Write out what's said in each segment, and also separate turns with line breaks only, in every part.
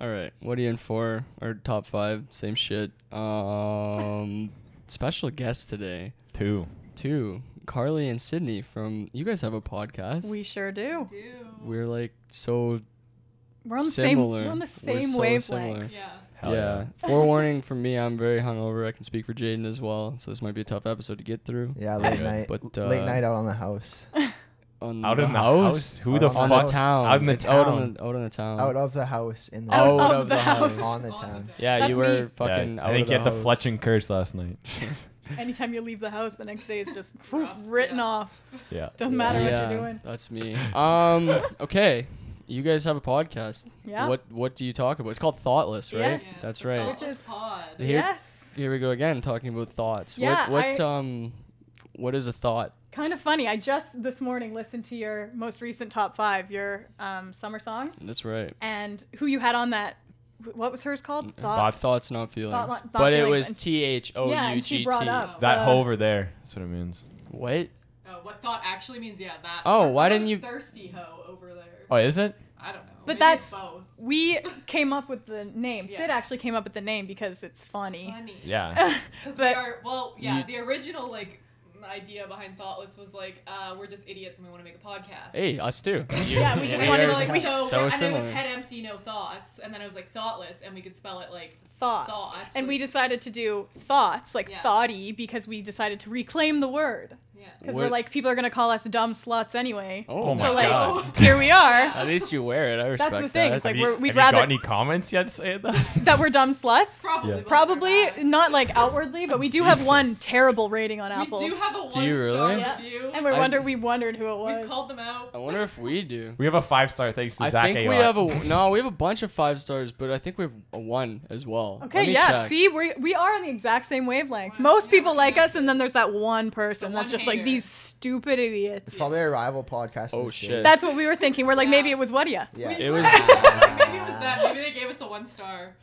right.
What are you in for? Our top five, same shit. Um, special guest today,
Two.
two Carly and Sydney from. You guys have a podcast.
We sure do.
We're like so
We're on the
similar.
same. We're on the
We're
same
so
wavelength.
similar.
Yeah.
Hell
yeah. Forewarning from me, I'm very hungover. I can speak for Jaden as well, so this might be a tough episode to get through.
Yeah,
Yeah.
late night.
But,
late
uh,
night out on the house.
On
Out
the
in the house?
house?
Who
Out
the
on
on
the
fuck?
the town.
Out in the
it's out on
town.
the out on the town.
Out of the house in the
Out,
Out
of,
of
the
Oh, the
house.
on the town.
yeah,
That's
you were
me.
fucking.
Yeah,
out
I think
of
you had the
house.
fletching curse last night.
Anytime you leave the house, the next day is just
Rough,
written
yeah.
off.
Yeah.
Doesn't matter what you're doing.
That's me. Um. okay. You guys have a podcast.
Yeah.
What What do you talk about? It's called Thoughtless, right?
Yes.
That's
The
right.
thoughtless
Which is-
pod.
Here,
Yes.
here we go again, talking about thoughts. what
Yeah,
What um, what is a thought?
Kind of funny. I just this morning listened to your most recent top five, your um, summer songs,
That's right.
and who you had on that. wh- What was hers called?
Thoughts.
Thoughts, not feelings.
Thought- thought
but it
feelings
was
and-
T H O
Yeah,
U
and
G
she
T.
brought up
That
uh,
hoe over there. That's what it means.
What?
Uh, what thought actually means? Yeah, that.
Oh,
or
why
thought
didn't
is
you-
Thirsty hoe over there.
Oh, is it?
I don't know.
But
Maybe it's
that's-
both.
We came up with the name.
Yeah.
Sid actually came up with the name because it's funny.
funny.
Yeah.
Because we
But-
are. Well, yeah.
You-
the original like idea behind Thoughtless was like uh, we're just idiots and we want to make a podcast.
Hey, us too.
Yeah, we just
and
We
wanted
are
we're
to
like
we-
so,
so
and
similar.
it was head empty, no thoughts, and then I was like thoughtless, and we could spell it like
thoughts.
Thoughts,
And
like-
we decided to do thoughts, like
Yeah.
thoughty, because we decided to reclaim the word.
yeah.
Because we're
What-
like, people are going to call us dumb sluts anyway.
Oh,
Oh
my
my
so, like,
God.
here we are.
At least you wear it. I respect
the thing,
that.
it's like-
Have you-
we're- we'd
have
rather-
You got any comments yet saying that?
that we're dumb sluts?
Probably.
Yeah.
wasn't
Probably
that bad.
not like outwardly, but we do have
Jesus.
one terrible rating on Apple.
We do have a one
Do you really?
star
Yeah.
review.
And we
I-
wonder we wondered who it was.
We've called them out.
I wonder if we do.
we have a five star thanks to
I
Zach
think we have a no. We have a bunch of five stars, but I think we have a one as well. Let
okay,
me
yeah.
check.
See, we we are on the exact same wavelength.
Wow,
Most
yeah,
people
we're
like us, and then there's that one person
The
that's
one
just like
hater.
these stupid idiots.
It's probably a rival podcast.
Oh,
this
shit.
year.
That's what we were thinking. We're like,
Yeah.
maybe it was what yeah.
yeah.
It was.
maybe it was that. Maybe they gave us a one star.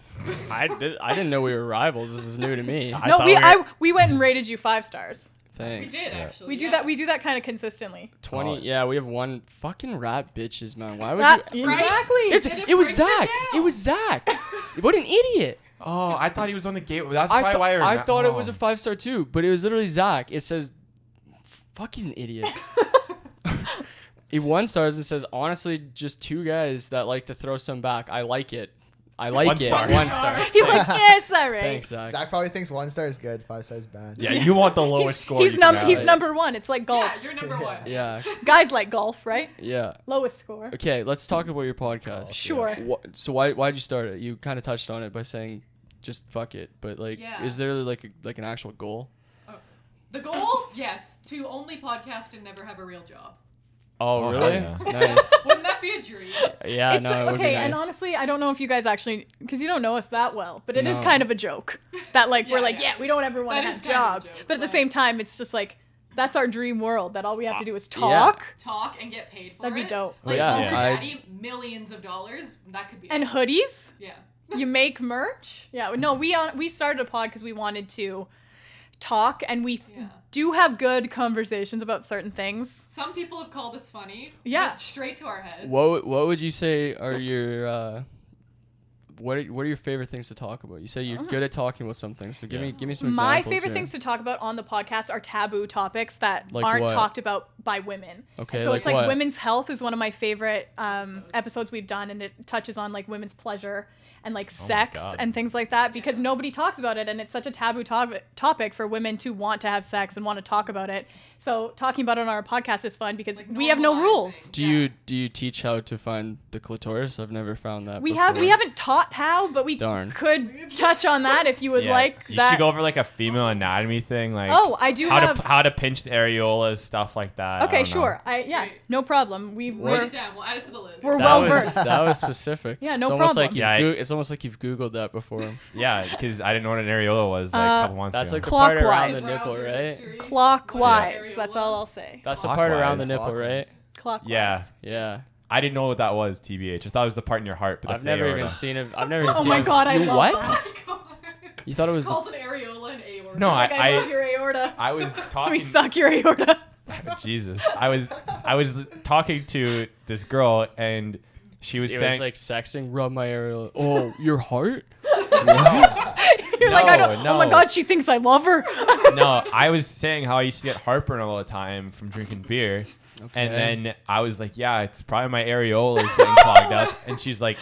I did. I didn't know we were rivals. This is new to me.
I
no,
thought
we
we were-
I we went and rated you five stars.
We
Thanks.
did
Yeah.
actually.
We do
yeah.
that. We do that kind of consistently.
Twenty.
Oh.
Yeah, we have one fucking rat bitches, man. Why would
That-
you?
Right?
It's,
Exactly.
And
it,
it
was
brings it
Zach. It,
down.
was Zach. what an idiot.
Oh, I thought he was on the gate. That's
I,
probably
thought-
why
I thought it was a five star too, but it was literally Zach. It says, "Fuck, he's an idiot." he one stars and says, "Honestly, just two guys that like to throw some back. I like it. I like
One
it.
star.
One star.
He's like, yes, all right.
Thanks, Zach.
Zach probably thinks one star is good, five star is bad.
Yeah, you want the lowest
He's,
score.
he's,
you can
num-
have.
he's number one. It's like golf.
Yeah, you're number one.
Yeah,
Guys like golf, right?
yeah.
Lowest score.
Okay, let's talk about your podcast.
Sure.
Wha- so why why'd you start it? You kind of touched on it by saying, just fuck it. But like,
Yeah.
is there like a, like an actual goal?
The goal? Yes, to only podcast and never have a real job.
Oh,
Oh,
really?
hell
nice.
Wouldn't that be a dream?
Yeah,
it's
no, it would be
okay, and
nice.
honestly, I don't know if you guys actually, because you don't know us that well, but it is
No.
kind of a joke that like we're
Yeah,
like, yeah,
yeah.
we don't ever want
That
to
is
have
kind of a
jobs,
joke,
but at the
but-
same time, it's just like that's our dream world that all we have to do is
yeah.
talk
Talk and get paid for
That'd be
it.
dope.
Like
Yeah,
yeah,
yeah. I-
daddy, millions of dollars. That could be.
and
us.
hoodies.
Yeah.
you make merch. Yeah, no, we on, we started a pod because we wanted to talk, and we
Yeah.
do have good conversations about certain things.
Some people have called us funny.
Yeah.
but Straight to our heads.
What what would you say are your uh, what are, what are your favorite things to talk about? You say you're good at talking about something, so give me give me some examples.
Oh. My favorite
here.
things to talk about on the podcast are taboo topics that
Like
aren't
what?
talked about by women.
Okay,
so
like
it's like
what?
women's health is one of my favorite um,
Episodes.
episodes. we've done, and it touches on like women's pleasure and like sex
Oh God.
and things like that because nobody talks about it, and it's such a taboo to- topic for women to want to have sex and want to talk about it. So talking about it on our podcast is fun because
Like
we have no
normalizing.
rules.
Do
Yeah.
you do you teach how to find the clitoris? I've never found that.
We have we
before.
haven't taught how, but we
Darn.
could touch on that if you would
Yeah.
like
You
that.
should go over like a female anatomy thing, like
oh, I do
how
have.
to how to pinch the areolas, stuff like that. I
okay,
don't know.
sure. I yeah,
Wait.
no problem. We
Write
were
it down. We'll add it to the list.
We're
That
well
was-
versed.
that was specific.
Yeah, no
it's almost Like you've
problem.
Yeah, I-
Goo- it's almost like you've googled that before.
Yeah, because I didn't know what an areola was like
Uh,
a couple months
That's
ago.
like the part around the
Clockwise.
nipple,
Browser
right?
history.
clockwise.
Yeah.
That's all I'll say.
That's the part around the
Clockwise.
nipple, right?
Clockwise.
yeah,
Yeah.
I didn't know what that was. Tbh, I thought it was the part in your heart, but that's
I've
the
never
aorta.
even seen it. I've never even
Oh
seen
my
it.
God, I
You
love
what?
that.
You thought it was the
Calls an areola an aorta.
No, I
Like, I, love
I,
your aorta.
I was talking.
we suck your aorta.
Jesus, I was I was talking to this girl and she was
It
saying
was like sexting, rub my areola. Oh, your heart?
You're like, I don't,
No,
oh my
no.
god, she thinks I love her.
no, I was saying how I used to get heartburn all the time from drinking beer. And then I was like, yeah, it's probably my areola is getting clogged up. And she's like,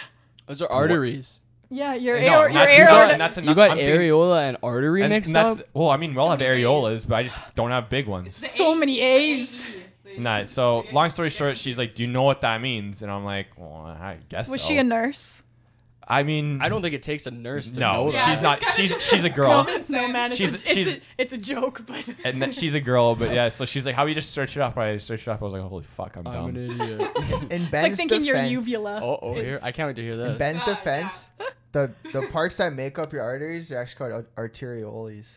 Those are arteries.
yeah, your
no,
air, your
not you,
air.
no, and that's
You
ano-
got
I'm thinking-
areola and artery
and-
mixed
and that's
up?
the- well, I mean, we all have
Too many
areolas,
A's.
but I just don't have big ones.
so many A's.
Nah, so long story short, she's like, do you know what that means? And I'm like, well, I guess
Was
so.
she a nurse?
I mean,
I don't think it takes a nurse to
No,
Yeah,
know that.
she's
it's
not.
kinda
Uh, She's
just
she's a
like
girl.
common
No
sense.
man, it's,
She's-
a, it's,
she's-
a, it's a joke, but
and that she's a girl, but yeah. So she's like, "How do you just search it up?" I searched it up. I was like, "Holy fuck, I'm,
I'm
dumb."
an idiot.
In Ben's
it's like thinking your
defense-
uvula.
oh, oh,
is-
here. I can't wait to hear
In
this.
Ben's
Yeah,
defense, the the parts that make up your arteries are actually called ar- arterioles.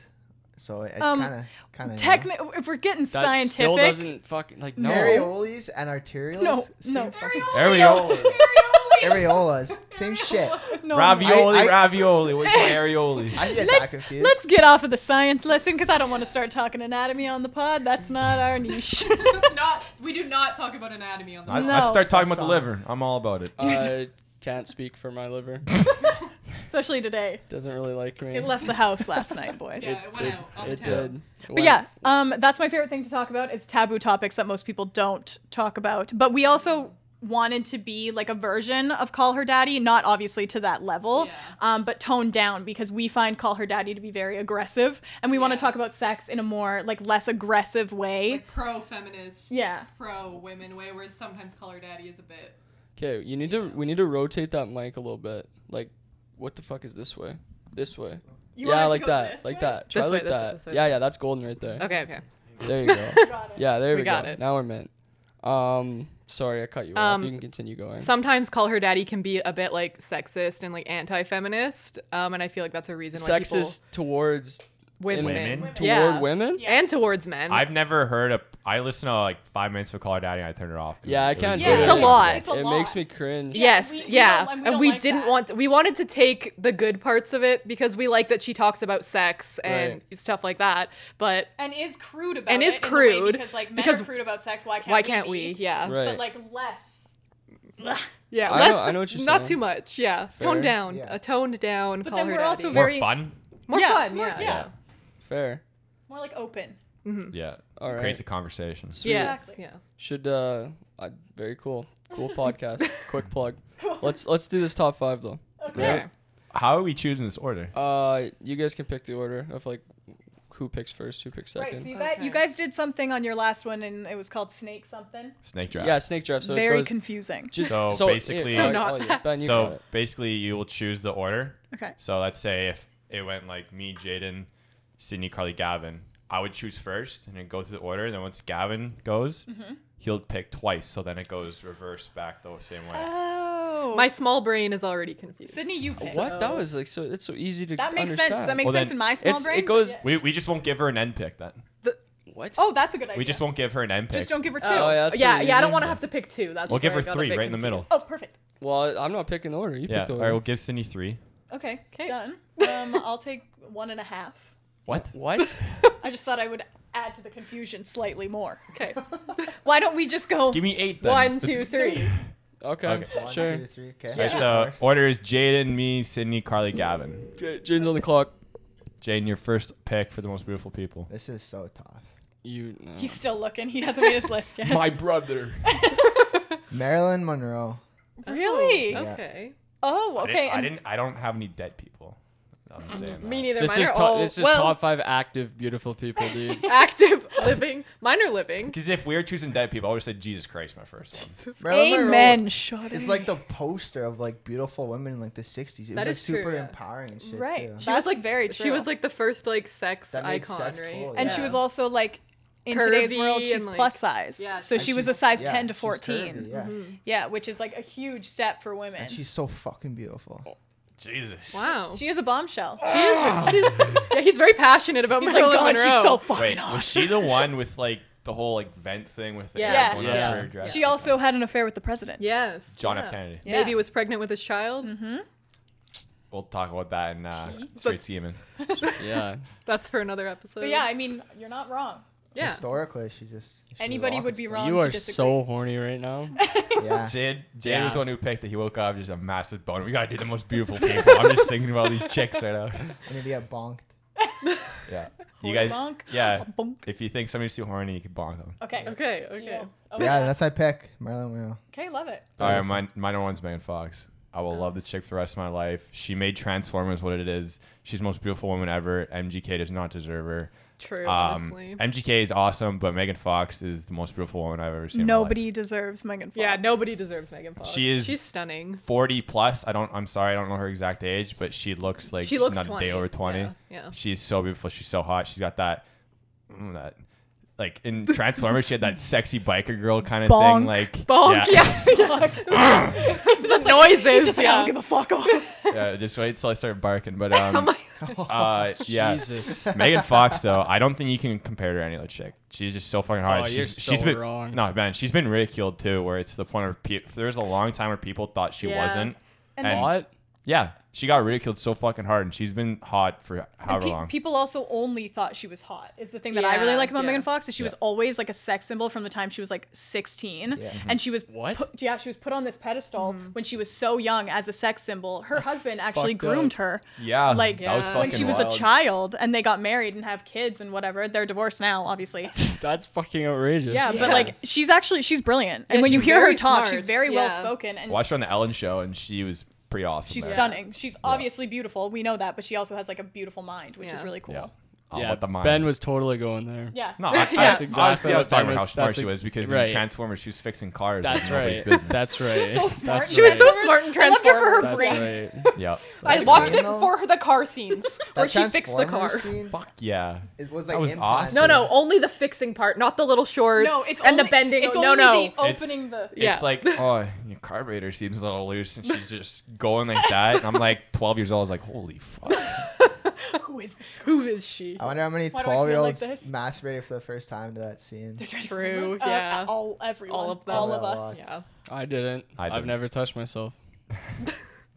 So it
Um,
kind of kind of
Techni- if we're getting
that still
scientific,
doesn't fucking, like, no.
areoles and arterioles.
No,
same
no.
fucking-
Areolas.
areolas, same shit.
no,
ravioli,
I- I-
ravioli. What's my areoli?
I get that
Let's,
confused.
let's get off of the science lesson because I don't want to start talking anatomy on the pod. That's not our niche.
It's not. We do not talk about anatomy on the.
I,
podcast.
No.
I'd start talking about
Fuck
the
socks.
liver. I'm all about it.
I can't speak for my liver.
Especially today.
Doesn't really like me.
It left the house last night, boys.
Yeah, it went
Did-
out on the
it
town.
did.
But yeah, um, that's my favorite thing to talk about is taboo topics that most people don't talk about. But we also wanted to be like a version of Call Her Daddy, not obviously to that level,
Yeah.
um, but toned down because we find Call Her Daddy to be very aggressive, and we want to
Yes.
talk about sex in a more like less aggressive way.
Like pro feminist.
yeah.
Pro women way, whereas sometimes color daddy is a bit.
Okay, you need to. We need to rotate that mic a little bit. Like, what the fuck is this way? This way.
You want it
yeah,
to
like
go
that.
this
Like
way?
that. Try
This way,
like
this way,
that.
this way,
yeah,
this
yeah, that's golden right there.
Okay, okay.
There you go. yeah, there we,
We got
go.
it.
Now we're meant. Um, sorry, I cut you off.
Um,
You can continue going.
Sometimes call her daddy can be a bit like sexist and like anti-feminist, um, and I feel like that's a reason why
Sexist towards
people women,
Women?
toward
Yeah.
women.
Yeah.
and towards men.
I've never heard a. I listen to like five minutes of Call Her Daddy and I turn it off. 'cause
Yeah, I
it was
can't
good.
Yeah, it's a
it.
lot.
It's a
It
lot.
makes me cringe.
Yeah,
yes,
we- we
yeah,
don't- and we
and
don't
we
like
didn't
that.
want. we wanted to take the good parts of it because we like that she talks about sex and stuff like that, but
And is crude about
And
it
is
in a way
crude,
because like men
because
are crude about sex. Why can't
why
we
can't
be?
we? Yeah,
Right.
But like less.
yeah.
I
less-
know- I know what you're
Not
saying.
too much. Yeah,
Fair.
toned down.
Yeah.
A toned down.
But
call
then
her
we're
daddy.
also
more
very-
fun.
more
Yeah,
fun.
more-
yeah,
yeah.
Fair.
More like open.
Yeah,
All right.
creates a conversation.
Yeah.
Exactly.
yeah.
Should uh, I, very cool. Cool podcast. Quick plug. Let's let's do this top five though.
Okay.
How are we choosing this order?
Uh, you guys can pick the order of like who picks first, who picks second.
Right, so you guys,
Okay.
you guys did something on your last one, and it was called snake something.
Snake draft.
yeah, snake draft. So it
Very
goes-
confusing.
just
So
yeah,
basically-
So
oh,
not
yeah,
that.
Ben, you got
so
it.
basically, you will choose the order.
Okay.
So let's say if it went like me, Jaden, Sydney, Carly, Gavin, I would choose first and then go through the order. And then once Gavin goes,
Mm-hmm.
he'll pick twice. So then it goes reverse back the same way.
Oh.
My small brain is already confused.
Sydney, you picked.
What? That was like so. It's so easy to.
That makes
understand.
sense. That makes
Well,
sense
then
in my small
it's-
brain.
it goes-
but yeah.
we, we just won't give her an end pick then.
What?
Oh, that's a good idea.
We just won't give her an end pick.
Just don't give her two.
Oh, yeah, that's
yeah,
pretty
yeah. I
easy.
don't want to have to pick two. That's
We'll give
where
her
I got a
three
bit
right in the middle.
confused.
Oh, perfect.
Well, I'm not picking the order. You
yeah.
picked the
All
order.
right, we'll give Sydney three.
Okay.
'Kay.
Done. Um, I'll take one and a half.
What?
What?
I just thought I would add to the confusion slightly more.
Okay.
Why don't we just go?
Give me eight then.
One,
Let's-
two, three.
okay.
Okay.
One,
sure.
two, three, okay.
All right, so order is Jaden, me, Sydney, Carly, Gavin.
Okay, Jane's on the clock.
Jaden, your first pick for the most beautiful people.
This is so tough.
You. No.
He's still looking. He hasn't made his list yet.
brother.
Marilyn Monroe.
Oh.
really?
Yeah.
Okay.
Oh,
I
okay.
didn't, I
and-
didn't. I don't have any dead people. I'm saying. that.
Me neither.
This
Mine
is
are
top.
all
This is
well,
top five active beautiful people, dude.
active living. Mine are living.
Because if we were choosing dead people, I would have said Jesus Christ, my first one.
Marilyn Monroe
Amen. Shut
It's like the poster of like beautiful women in like the 60s. It was
That
like
is true,
super
yeah.
empowering and shit.
right.
Too.
That's
was, like-
like very true.
She was like the first like sex
That made
icon,
sex
right?
cool,
And she
Yeah.
was also like in today's
Curvy
world, she's
and, like-
plus size.
Yeah,
so
And
she was a
she's-
size
yeah,
10 to
she's curvy,
14.
yeah.
Mm-hmm.
Yeah, which is like a huge step for women.
And she's so fucking beautiful.
Jesus.
Wow.
she is a bombshell.
Oh yeah, he's very passionate about
He's like,
Marilyn
God,
Monroe.
she's so fucking
Wait,
hot."
was she the one with like the whole like vent thing with the
Yeah.
air
Yeah.
going up
Yeah.
her dress?
She also had an affair with the president.
yes.
John
yeah.
F. Kennedy.
Yeah. Mm-hmm.
Maybe was pregnant with his child.
We'll talk about that in uh, Straight Seaman.
yeah.
That's for another episode.
But yeah, I mean, you're not wrong.
Yeah.
Historically, she just she was
Anybody would be
awesome.
wrong.
You
to
are
disagree.
so horny right now.
Yeah.
Jade, Jade
Yeah.
was the one who picked it. He woke up just a massive boner. We gotta do the most beautiful people. I'm just thinking about these chicks right now.
and if you get bonked,
Yeah, you
Horny
guys.
bonk.
Yeah,
Bonk.
if you think somebody's too horny, you can bonk them.
Okay.
Okay, okay.
Deal. Oh,
yeah, that's my pick, Marilyn Monroe.
Okay, love it.
All right, my my number one's Megan Fox. I will love the chick for the rest of my life. She made Transformers what it is. She's the most beautiful woman ever. MGK does not deserve her.
True,
Um,
honestly.
MGK is awesome, but Megan Fox is the most beautiful woman I've ever seen. in my life.
Nobody deserves Megan Fox.
Yeah, nobody deserves Megan Fox.
She is-
She's stunning.
40 plus. I don't. I'm sorry, I don't know her exact age, but she looks like
She
she's
looks
not
20.
a day over 20.
Yeah, yeah.
She's so beautiful. She's so hot. She's got that mm, that like in Transformers, she had that sexy biker girl kind of thing.
Bonk.
Like
Bonk, yeah.
just
noises,
He's just like, I
yeah.
don't give a fuck off.
yeah. just wait till I start barking. But um,
Oh
uh, yeah.
Jesus.
Megan Fox, though, I don't think you can compare her to any other chick. She's just so fucking hard.
Oh,
she's,
you're
she's
so
been
wrong.
No, man, she's been ridiculed too, where it's to the point where pe- there was a long time where people thought she
Yeah.
wasn't.
And
And-
What?
Yeah, she got ridiculed so fucking hard, and she's been hot for however
Pe-
long.
people also only thought she was hot. Is the thing that I
Yeah,
really like about
yeah.
Megan Fox is she was always like a sex symbol from the time she was like 16, and she was
What?
Put, yeah, she was put on this pedestal
Mm-hmm.
when she was so young as a sex symbol. Her husband actually
fucked up.
groomed her.
yeah,
Like
Uh,
uh,
that was
Yeah.
fucking
when she was
wild.
a child, and they got married and have kids and whatever. They're divorced now, obviously.
That's fucking outrageous.
Yeah, but like she's actually she's brilliant, and
Yeah,
when you
she's
hear her
very
talk,
smart.
she's very
Yeah.
well spoken and
Watched her on the Ellen Show, and she was pretty awesome.
she's
there.
stunning. She's obviously beautiful. We know that, but she also has like a beautiful mind, which is
Yeah.
really cool.
Yeah,
Yeah.
Oh,
Yeah,
what the mind.
Ben was totally going there.
No, I, I,
That's
exactly. Obviously,
exactly
I was
what
talking
Ben
about how
was-
smart
that's
she
ex-
was because
right.
in Transformers she was fixing cars.
That's
and nobody's
right.
business.
That's right.
So smart.
That's
She
She was so
right.
smart in
I loved her for her
Transformers.
That's
brain.
right.
yeah,
I
That's
watched
insane,
it
though.
for her, the car scenes where
That
she fixed the car.
Transformers Scene,
fuck yeah.
it was
That
like
was
him
awesome.
No,
passing.
no, only the fixing part, not the little shorts
Oh, No, it's
and
only,
the bending.
It's
no,
only
no.
the opening the.
Yeah.
It's like, oh, your carburetor seems a little loose, and she's just going like that. And I'm like 12 years old. I was like, holy fuck.
Who is this?
Who is she?
I wonder how many
Why do I feel like
twelve-year-olds
this?
masturbated for the first time to that scene.
Transformers?
True, yeah.
uh, all everyone.
All of them.
All of
Yeah, a
us.
lot.
Yeah.
I didn't.
I
I've
didn't.
never touched myself.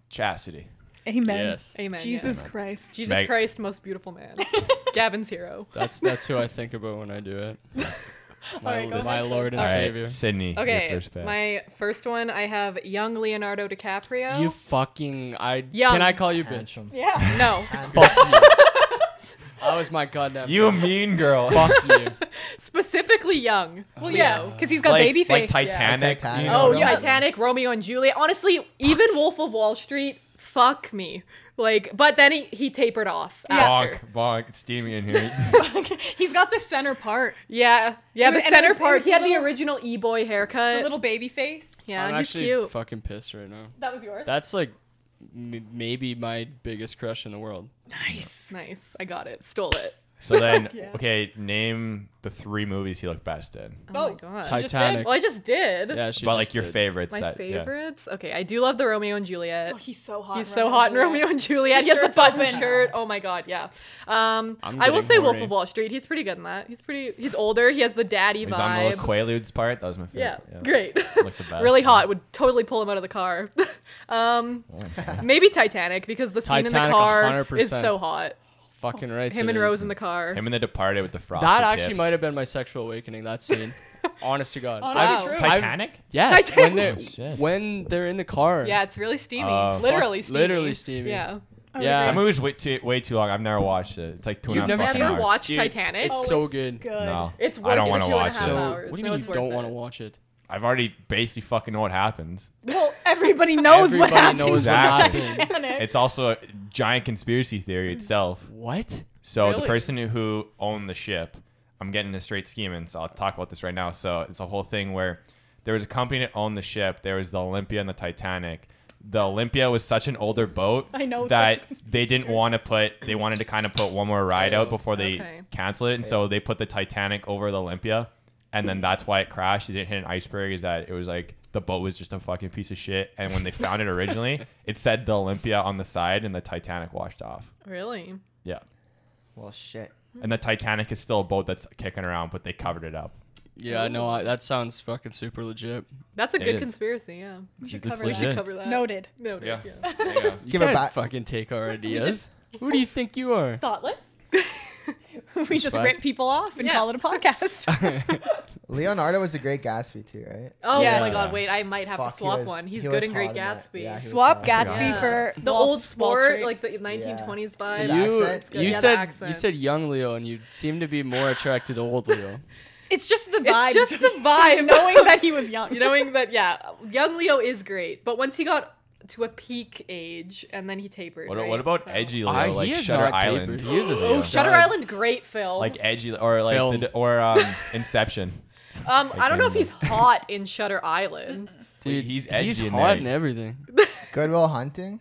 Chastity.
Amen.
Yes.
Amen.
Jesus
Amen.
Christ.
yeah. Jesus
Meg-
Christ, most beautiful man. Gavin's hero.
That's that's who I think about when I do it.
Oh
My,
Alright, go
my
next.
Lord and
All
Savior.
right, Sydney. your
Okay,
first pick.
my first one, I have young Leonardo DiCaprio.
You fucking I
Young.
can I call you bitch?
Handsome.
Yeah.
no.
Handsome.
I was my goddamn.
You mean girl.
fuck you.
Specifically young. Well, yeah.
Because he's got
like,
baby
like
face.
Titanic.
Like
you
Titanic.
know?
Oh,
no.
Titanic, Romeo and Juliet. Honestly, even Wolf of Wall Street, fuck me. Like, but then he, he tapered off Uh, after.
Bonk, bonk. It's steamy in here.
he's got the center part,
Yeah, yeah.
Dude,
the
and it
center
was- it
part.
was
He had the
little-
original e boy haircut.
the little baby face.
yeah,
I'm
he's
actually
cute.
fucking pissed right now.
That was yours.
That's like m- maybe my biggest crush in the world.
nice.
nice. I got it. Stole it.
so then,
Yeah.
okay, name the three movies he looked best in.
Oh,
Oh.
my god.
She just
Titanic.
well, I just did.
Yeah, she
but
just
like your
did.
favorites.
My
that, yeah.
favorites. Okay, I do love the Romeo and Juliet.
Oh, he's so hot.
He's
in
so hot in
and
Romeo and Juliet.
His
He has the
shirt's
button
open.
shirt. Oh my god, yeah. Um,
I'm
I
getting
will say Wolf
horny.
of Wall Street. He's pretty good in that. He's pretty. He's older. He has the daddy
He's on the
vibe.
little Quaaludes part. That was my
yeah,
favorite.
great.
Looked the best.
really hot. Would totally pull him out of the car. um, maybe Titanic because the scene in the
Titanic,
car is
100%.
so hot.
Fucking right.
Him and Rose in the car.
Him and The Departed with the frosted
That actually
tips.
might have been my sexual awakening. That scene. Honest to God.
Honest
I've-
to
I've-
true.
Titanic.
Yes.
Titanic.
when they're
Oh, shit.
when they're in the car.
yeah, it's really steamy.
Uh, fuck,
literally steamy.
literally steamy.
Yeah.
Yeah.
That movie was way too, way too long. I've never watched it. It's like two and a
You've
half
never
fucking
seen it?
Ever
hours.
watched
Dude,
Titanic?
It's
Oh,
so
it's
good.
Good.
No,
It's
I don't
worth
want to
it. Two and a
watch
half
it.
So
hours.
what do you
No,
mean
it's
you
worth
don't want
it.
to watch it?
I've already basically fucking know what happens.
Well, everybody knows
Everybody
what happens.
knows
to
what
happened.
Titanic.
It's also a giant conspiracy theory itself.
What?
So the
Really?
person who owned the ship, I'm getting into straight scheming, so I'll talk about this right now. So it's a whole thing where there was a company that owned the ship. There was the Olympia and the Titanic. The Olympia was such an older boat
I know
that
that's- Oh,
they didn't want to put. They wanted to kind of put one more ride out before they
Okay.
canceled it, and so they put the Titanic over the Olympia, and then that's why it crashed. It didn't hit an iceberg. Is that it was like the boat was just a fucking piece of shit, and when they found it originally, it said the Olympia on the side, and the Titanic washed off.
Oh, Really?
Yeah.
Well, shit.
And the Titanic is still a boat that's kicking around, but they covered it up.
Yeah, no, I, that sounds fucking super legit.
That's a
It
good
is.
conspiracy. Yeah.
We
should cover that.
Cover that.
Noted.
No.
Yeah.
yeah.
You
Give it
can't
back.
fucking take our ideas.
just-
Who do you think you are?
Thoughtless. we just rip
Respect.
people off and
Yeah.
call it a podcast.
Leonardo was a great Gatsby too, right?
Oh
Yes.
my god, wait, I might have
Fuck,
to
he
swap
was-
one. He's
he
good
was
in Great
hot in that.
Gatsby.
Yeah, he was
Swap
hot in that.
Gatsby
Yeah.
for
the
Wall- Wall
old sport,
Street.
like the 1920s vibe.
His
you
accent?
you
Yeah, the
said you
accent.
said young Leo, and you seem to be more attracted to old Leo.
It's just the
It's
vibe.
just the vibe.
knowing that he was young.
You knowing that, yeah, young Leo is great, but once he got to a peak age and then he tapered.
What,
right?
what about
So-
edgy Leo?
I- he
like
is
Shutter
not
Island.
tapered. He is a
Oh,
Yeah.
Shutter
God.
Island, great film.
Like edgy or like
Film.
the, or um Inception.
um, I don't know if he's
Again.
hot in Shutter Island.
Wait,
Dude,
he's
he's
edgy
he's
in
hot
there.
in everything.
Goodwill Hunting.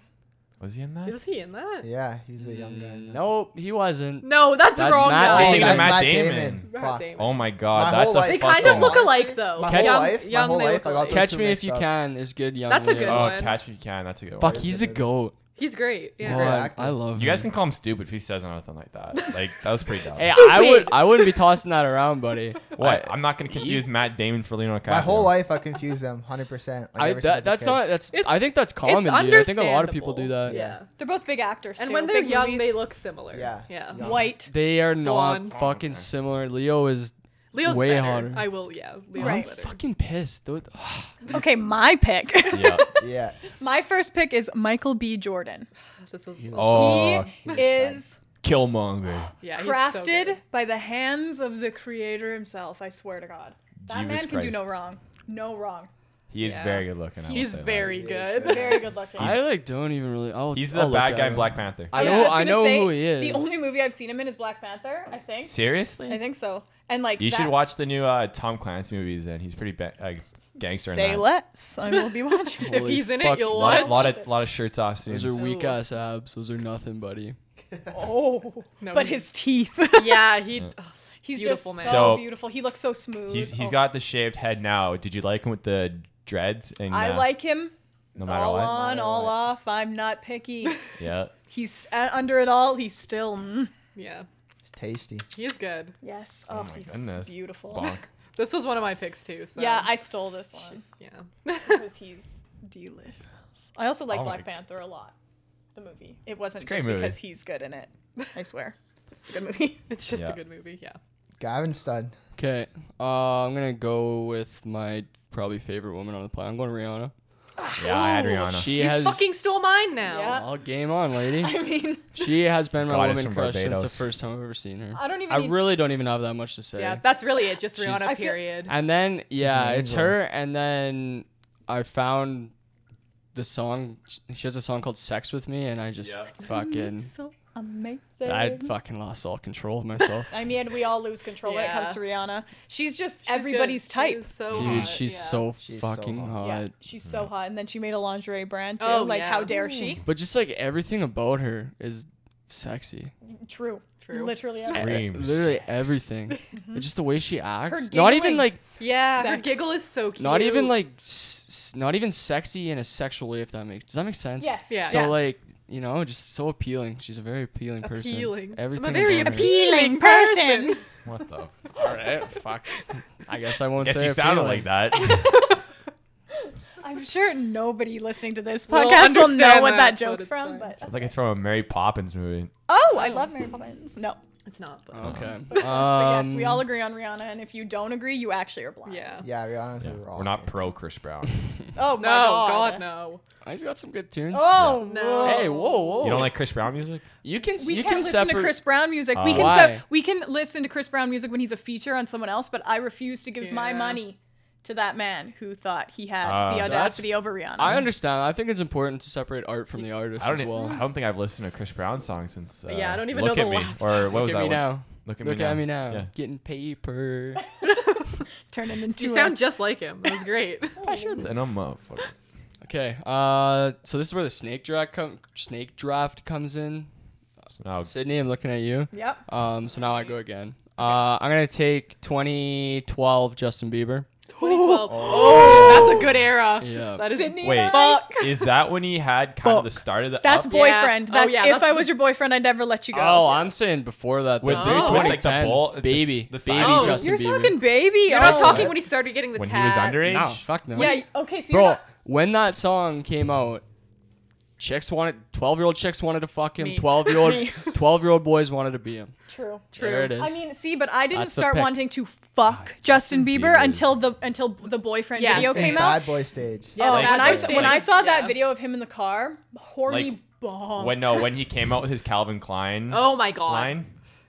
Was he in that?
Was he in that?
Yeah, he's a young guy.
Nope, he wasn't.
No, that's,
That's
wrong.
Matt
now.
Oh,
Damon.
thinking of
that's
Matt
Matt
Damon.
Damon.
Matt
Fuck.
Damon.
Oh my
My
god,
whole
that's a
life-
They
fucking
kind of look
Honestly,
alike though.
my
Young-
whole life,
young
my whole
they
life,
look
I got
alike.
those
Catch
two
me if
mixed
you
up.
can is good, young.
That's a
Leo.
good
Oh,
one.
catch me if you can. That's a good
Fuck,
one.
he's the goat.
He's great. Yeah.
a great
God,
actor.
I love.
You guys
him.
can call him stupid if he says anything like that. Like that was pretty dumb.
Hey, I
Stupid.
would. I wouldn't be tossing that around, buddy.
what?
I,
I'm not gonna confuse Matt Damon for Leonardo DiCaprio.
My whole life, I confuse them, hundred percent.
I- that, that's not. That's.
It's-
I think that's common,
it's
dude. I think a lot of people do
understandable.
that.
Yeah.
They're both big actors.
And
too,
when they're
big
young, they
movies.
look similar.
Yeah.
Yeah.
Yeah.
white.
They are not
Blonde.
fucking similar. Leo is.
Leo's
Way
better.
hotter.
I will, yeah. Leo's
Right.
better.
Fucking pissed. Dude.
Okay, my pick.
Yeah.
Yeah,
my first pick is Michael B. Jordan.
This was,
Oh,
he is
Killmonger.
yeah, he's so
crafted
good.
by the hands of the creator himself. I swear to God, that
Jesus
man can do no
Christ.
wrong. No wrong.
He is
Yeah.
very good looking. I will
He's
say that.
very
He is
good.
very
Very good looking.
I like don't even really. I'll,
He's
I'll
the
look
bad
at
guy in
him.
Black Panther.
I
was
know.
just
I
gonna
know
say,
who he is.
The only movie I've seen him in is Black Panther. I think.
Seriously?
I think so. And like
you
that-
should watch the new uh, Tom Clancy movies, and he's pretty ba- uh, gangster. in
Say
that.
less. I will be watching.
If
Holy
he's in it,
fuck,
you'll
A
watch.
lot, lot of lot of shirts off.
Those
Scenes.
are weak
Ooh.
ass abs. Those are nothing, buddy.
oh,
No,
but
he's-
his teeth.
yeah, he. oh, ugh,
He's
Beautiful
just
man.
so,
So-
beautiful. He looks so smooth.
He's he's
Oh.
got the shaved head now. Did you like him with the dreads? And
I
uh,
like him.
no matter
All
what.
on,
Matter
all
what.
off. I'm not picky.
Yeah.
he's uh, under it all. He's still. Mm,
Yeah,
it's tasty.
he's good.
yes. Oh,
my
he's
goodness.
beautiful.
Bonk.
This was one of my picks too. So.
Yeah, I stole this one
yeah.
because he's delicious. I also like
Oh my
Black
g-
Panther a lot. The movie. It
It's
wasn't
a great
just
movie.
because he's good in it. I swear. It's a good movie.
it's just
Yeah.
a good movie. Yeah.
Gavin Stud.
Okay. Uh, I'm gonna go with my probably favorite woman on the planet. I'm going Rihanna.
Yeah,
Oh,
I had Rihanna.
She
He's
has
fucking stole mine now.
Yeah.
all game on, lady.
I mean,
She has been my
Goddess
woman
from
crush since the
Barbados.
first time I've ever seen her.
I don't even.
I
need-
really don't even have that much to say.
Yeah, that's really it. Just
She's-
Rihanna.
I feel-
period.
and then yeah,
an
it's
angel.
her. And then I found the song. She has a song called "Sex with Me," and I just
Yeah.
fucking
so amazing.
I fucking lost all control of myself.
I mean, we all lose control when it comes
Yeah.
to Rihanna. She's just
She's good.
everybody's
She
type.
is so
Dude,
hot,
she's
yeah.
so
She's so
fucking hot.
hot.
Yeah, she's
Mm.
so hot. And then she made a lingerie brand too.
Oh,
like,
yeah.
how dare she?
But just like everything about her is sexy.
Mm.
True.
True.
Literally.
E-
everything.
Screams
Literally
sex.
everything. Just the way she acts. Not even
giggling.
like
Yeah, her
Sex.
giggle is so cute.
not even like s- s- not even sexy in a sexual way if that makes does that make sense
Yes.
Yeah.
so like you know just so appealing she's a very appealing person
Appealing. I'm a
everything
very
about her-
appeal- Appealing person.
What the? F-
all right fuck i guess i won't
Guess
say
you sounded
appealing.
like that.
I'm sure nobody listening to this
Will
podcast will, know
understand
what
that,
that
but
joke's
it's
from.
fine.
But
Sounds like it's from a Mary Poppins movie.
oh, I love Mary Poppins. No,
It's not.
Oh
But,
okay
but
um,
yes, we all agree on Rihanna, and if you don't agree, you actually are blind.
yeah.
Yeah, Rihanna's
Yeah.
yeah. wrong.
We're not pro Chris Brown.
Oh
No,
my
God,
god.
no.
he's got some good tunes
Oh
No.
hey whoa whoa
You don't like Chris Brown music?
you can
We
you
can't
can
listen
separate
to Chris Brown music. we
Uh,
can
Why?
we can listen to Chris Brown music when he's a feature on someone else, but I refuse to give my
Yeah.
money to that man who thought he had
Uh,
the
That's-
audacity over Rihanna.
i understand i think it's important to separate art from the artist
I don't.
as
e-
well
I don't think I've listened to Chris Brown songs since. Uh,
Yeah, I don't even
look
know
at
the
me.
last
Or
time.
what
look
was
at
that?
me
one?
now
Look at
look
me now.
at me now
Yeah.
getting paper
turn him into
You
a-
sound just like him. It was great.
And I'm a fucker.
Okay. Uh, so this is where the snake draft com- snake draft comes in.
So now
Sydney, I'm looking at you.
Yep.
Um, so now I go again. Uh, I'm gonna take 2012 Justin Bieber.
2012. Oh, that's a good era.
Yeah.
That is
Sydney and
Wait.
I-
fuck.
is that when he had kind of the start of the
That's
up?
boyfriend.
Yeah. Oh,
That's
yeah,
if
that's-
I was your boyfriend, I'd never let you go.
Oh, I'm saying before that.
With
though.
the-
Oh.
with, like, the
2010,
ball- the s-
baby,
the
baby
size.
Oh,
Justin
you're
Bieber.
talking baby.
You're
oh.
not talking
it.
when he started getting the
when he was
tats.
underage.
no, fuck no.
Yeah. Okay. So you're
bro,
not.
when that song came out, chicks wanted 12 year old chicks wanted to fuck him
Me.
12 year old
Me.
12 year old boys wanted to be him
True.
there it is
I mean, see, but I didn't
That's the
start
pick.
wanting to fuck Justin Bieber
Bieber.
until the until the boyfriend
Yes.
video
It's
came out.
bad boy stage.
Yeah,
oh,
like,
when I
like,
s- when I
like-
saw that
Yeah.
video of him in the car, horny
Like,
bomb.
When no, when he came out with his Calvin Klein
Oh my god.
line.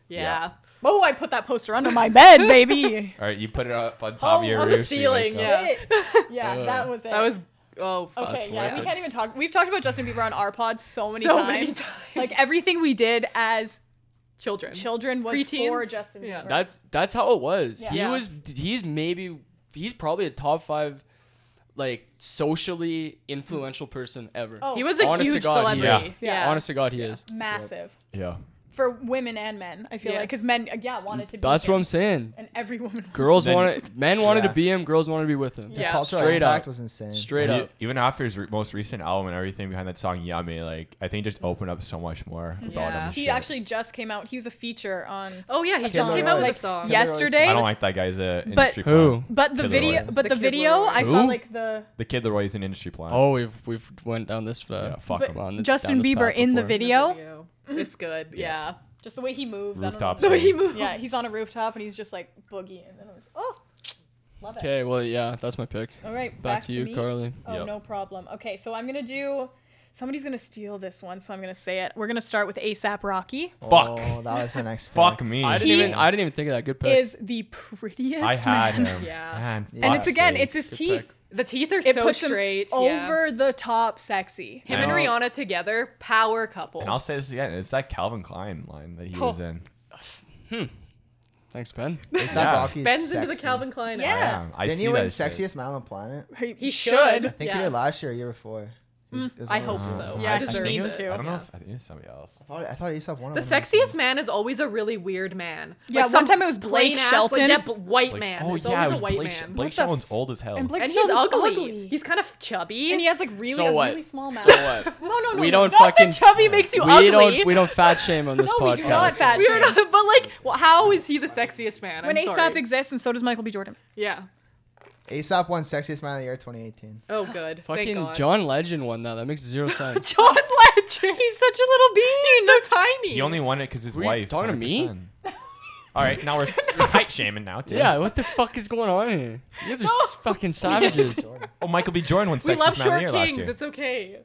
Yeah.
oh, I put that poster under my bed, baby.
All right, you put it
Uh,
up on top of your
on the
roof. so you
ceiling,
wake up.
Yeah.
Shit. yeah, that was it.
That was oh fuck.
Okay, yeah,
wild.
we can't even talk. We've talked about Justin Bieber on our pod so many
so
times.
many times.
Like everything we did as
children.
children was
Preteens?
for Justin
Yeah.
Bieber.
that's that's how it was
Yeah.
he
Yeah.
was he's maybe he's probably a top 5 like socially influential person ever
Oh,
He was a
Honest to
huge
God, he
celebrity.
is.
Yeah.
Yeah.
honest to god he is
massive
Yeah.
for women and men. I feel like
Yes.
because men, uh, yeah, wanted to. be
that's
him,
what i'm saying
And every woman.
girls
Then-
wanted men wanted
Yeah.
to be him girls wanted to be with him
His
Yeah.
cultural
Straight
impact
up.
was insane.
straight
And he-
up
even after his re- most recent album and everything behind that song "Yummy," like I think just opened up so much more about him.
Yeah.
and
He
shit.
actually just came out. He was a feature on
Oh yeah, he just
Killer
came out with
Rose.
a song.
Yeah.
yesterday.
I don't like that guy's uh, industry
who
plan.
but the
Kid
video,
Leroy.
but
The
the,
Kid
video,
Leroy.
I saw
Who?
like the
The Kid Leroy is an industry plan.
oh we've we've went down this uh,
yeah, fuck
but-
him.
on this-
Justin
down this
Bieber
path
in the
before.
video,
It's good. Yeah.
just the way he moves.
Rooftop
I don't know.
The way he
moves.
Yeah, he's on a rooftop and he's just like boogieing. And I'm like, oh, love it.
okay well yeah that's my pick
All right,
back, to, you
me.
carly
Oh,
Yep.
no problem. Okay, so I'm gonna do. Somebody's gonna steal this one, so I'm gonna say it. We're gonna start with ASAP Rocky.
Fuck.
Oh, that was my next.
Fuck
pick.
me.
I didn't
He
even I didn't even think of that. Good pick.
Is the prettiest.
I had
man.
him.
Yeah.
Man,
And
And
fuck's
it's again,
sake.
it's his
Good
teeth.
pick.
The teeth are
It
so
puts him
straight. yeah.
over the top sexy.
him and
Oh.
Rihanna together, power couple.
And I'll say this again. It's that Calvin Klein line that he was in.
Hmm. Thanks, Ben.
It's not
Yeah.
Rocky.
Bends
sexy.
into the Calvin Klein.
Yeah.
ad.
Damn, I
Didn't
see
he win
that shit.
sexiest man on the planet? I
He should.
think he
Yeah.
did last year, or year before. It was- it was
I
one of those.
hope so.
Yeah,
I
I think
deserve
think
he needs
it.
it's-
to.
Uh, I don't know
Yeah.
if I think it's somebody else.
I thought, I thought Aesop won.
The
of them.
sexiest man is always a really weird man.
Yeah,
Like
one
some
time it was Blake
plain ass,
Shelton.
Like, yeah, bl- white
Blake-
man.
Oh
it's
yeah, it
always
was
a white
Blake. Sh-
man.
Blake
What the
Sheldon's
f-
old as hell.
And Blake
and he's
Shelton's
ugly.
ugly.
He's kind of chubby.
and he has like really,
So
a
what?
really small mouth.
So what?
No, no, no.
We
no.
don't
Not that
fucking.
chubby makes you
we
ugly.
don't. We don't fat shame on this
No,
podcast.
we do not fat
We are
shame.
not- But like, well, how is he the sexiest man? I'm
When ASAP
sorry.
exists, and so does Michael B. Jordan.
yeah.
Aesop won sexiest man of the year 2018.
Oh, good. Thank
Fucking
God.
John Legend won that. That makes zero sense.
John Legend. He's such a little bean. He's so tiny.
He only won it because his
Were you
wife.
talking to me?
100%. All right, now we're we're height shaming now, too.
yeah. What the fuck is going on here? You guys are s fucking savages.
Oh, Michael B. Jordan won
we
Sexiest Man
love
of the
short
Year last
kings.
year.
It's okay.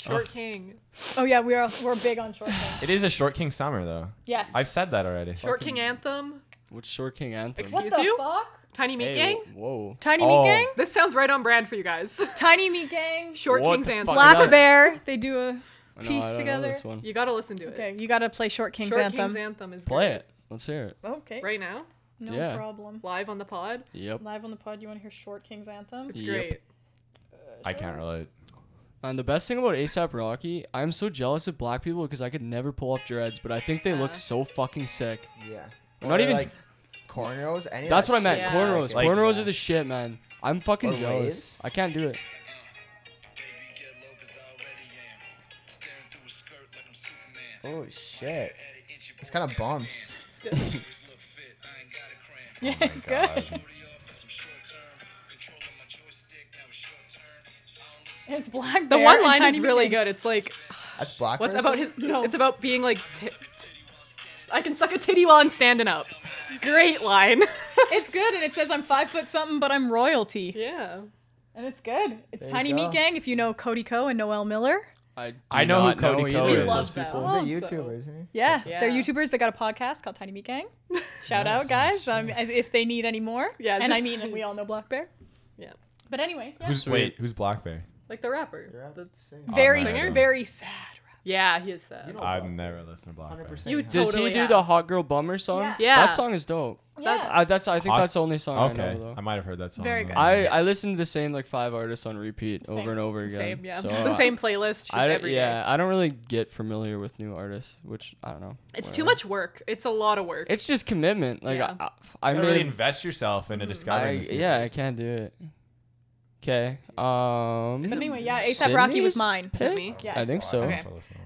Short king.
Oh yeah, we are. We're big on short things.
It is a short king summer though.
Yes.
I've said that already.
Short king anthem.
What's Short King anthem?
Excuse
what the
you?
fuck?
Tiny meat
Hey,
gang.
Whoa.
Tiny
Oh.
Meat Gang.
This sounds right on brand for you guys.
Tiny Meat Gang.
Short
What
king's
the fuck
anthem.
is
Black
that?
Bear. They do a.
No, I
piece
don't know
together.
this one.
You gotta listen to it.
Okay, you gotta play Short King's
Short
Anthem.
King's anthem is
Play
great.
it. Let's hear it.
okay.
right now,
No
Yeah.
problem.
live on the pod.
Yep.
Live on the pod, you want to hear Short King's Anthem?
It's
Yep.
great.
I can't relate.
And the best thing about ASAP Rocky, I'm so jealous of black people because I could never pull off dreads, but I think they
Yeah.
look so fucking sick.
Yeah.
I'm not
Or,
even-
like cornrows. Any of
That's
that
what I meant.
shit.
Yeah.
Cornrows.
Like-
cornrows
Yeah.
are the shit, man. I'm fucking
Or
jealous.
waves.
I can't do it.
Baby, get low, 'cause I already am. Staring through a skirt like I'm Superman.
Oh shit.
At an inch, your
It's kind of bumps.
boy always look fit. I ain't got a cramp.
Yeah, it's good.
Shorty off 'cause I'm short term. Controlling my joystick, now it's short term. I don't listen
It's Black
The
Bear
one
and
line
Tiny
is
Meat
really
Gang.
good. It's like,
That's black.
what's
person?
about his?
No.
It's about being like, t-
to you while I'm standing.
I can suck a titty while I'm standing up. Great line.
It's good, and it says I'm five foot something, but I'm royalty.
yeah.
And it's good. It's
There you
Tiny
go.
Meat Gang, if you know Cody Co and Noel Miller.
I, do
I know who
not
Cody
either
Ko
of
is.
those
Love that.
people.
He's a
Also-
YouTuber, isn't he?
Yeah, they're
Yeah.
YouTubers. They got a podcast called Tiny Meat Gang. Shout out, guys, um, as- if they need any more.
Yeah,
and
it's-
I mean, we all know Black Bear.
Yeah.
But anyway, yeah.
Who's,
Sweet.
wait, who's Black Bear?
Like the rapper.
You're up.
The-
Sing.
very,
Black Bear.
very sad.
yeah, he is sad.
You know
I've
Black
never listened to Black
Bear.
Bear.
100%.
You
have.
Does
Totally
he do
out.
the Hot Girl Bummer song?
Yeah.
Yeah.
That song is dope.
Yeah.
I, that's I think
Hot-
that's the only song I
Okay,
know though.
I might have heard that song.
Very
though.
good.
I, I listen to the same like five artists on repeat
Same.
over and over again.
Same, yeah.
So
the
I-
same playlist. Just
I, don't-
every day.
yeah, I don't really get familiar with new artists, which I don't know.
It's too
whatever.
much work. It's a lot of work.
It's just commitment. Like
Yeah.
I, I, I
You
made
gotta really invest yourself into
Mm-hmm.
I,
discovering. this
yeah, I can't do it. Okay. Um.
But anyway, yeah, ASAP Rocky was
Sydney's
mine.
Is it
pick?
me?
Yeah,
I think so.
Okay.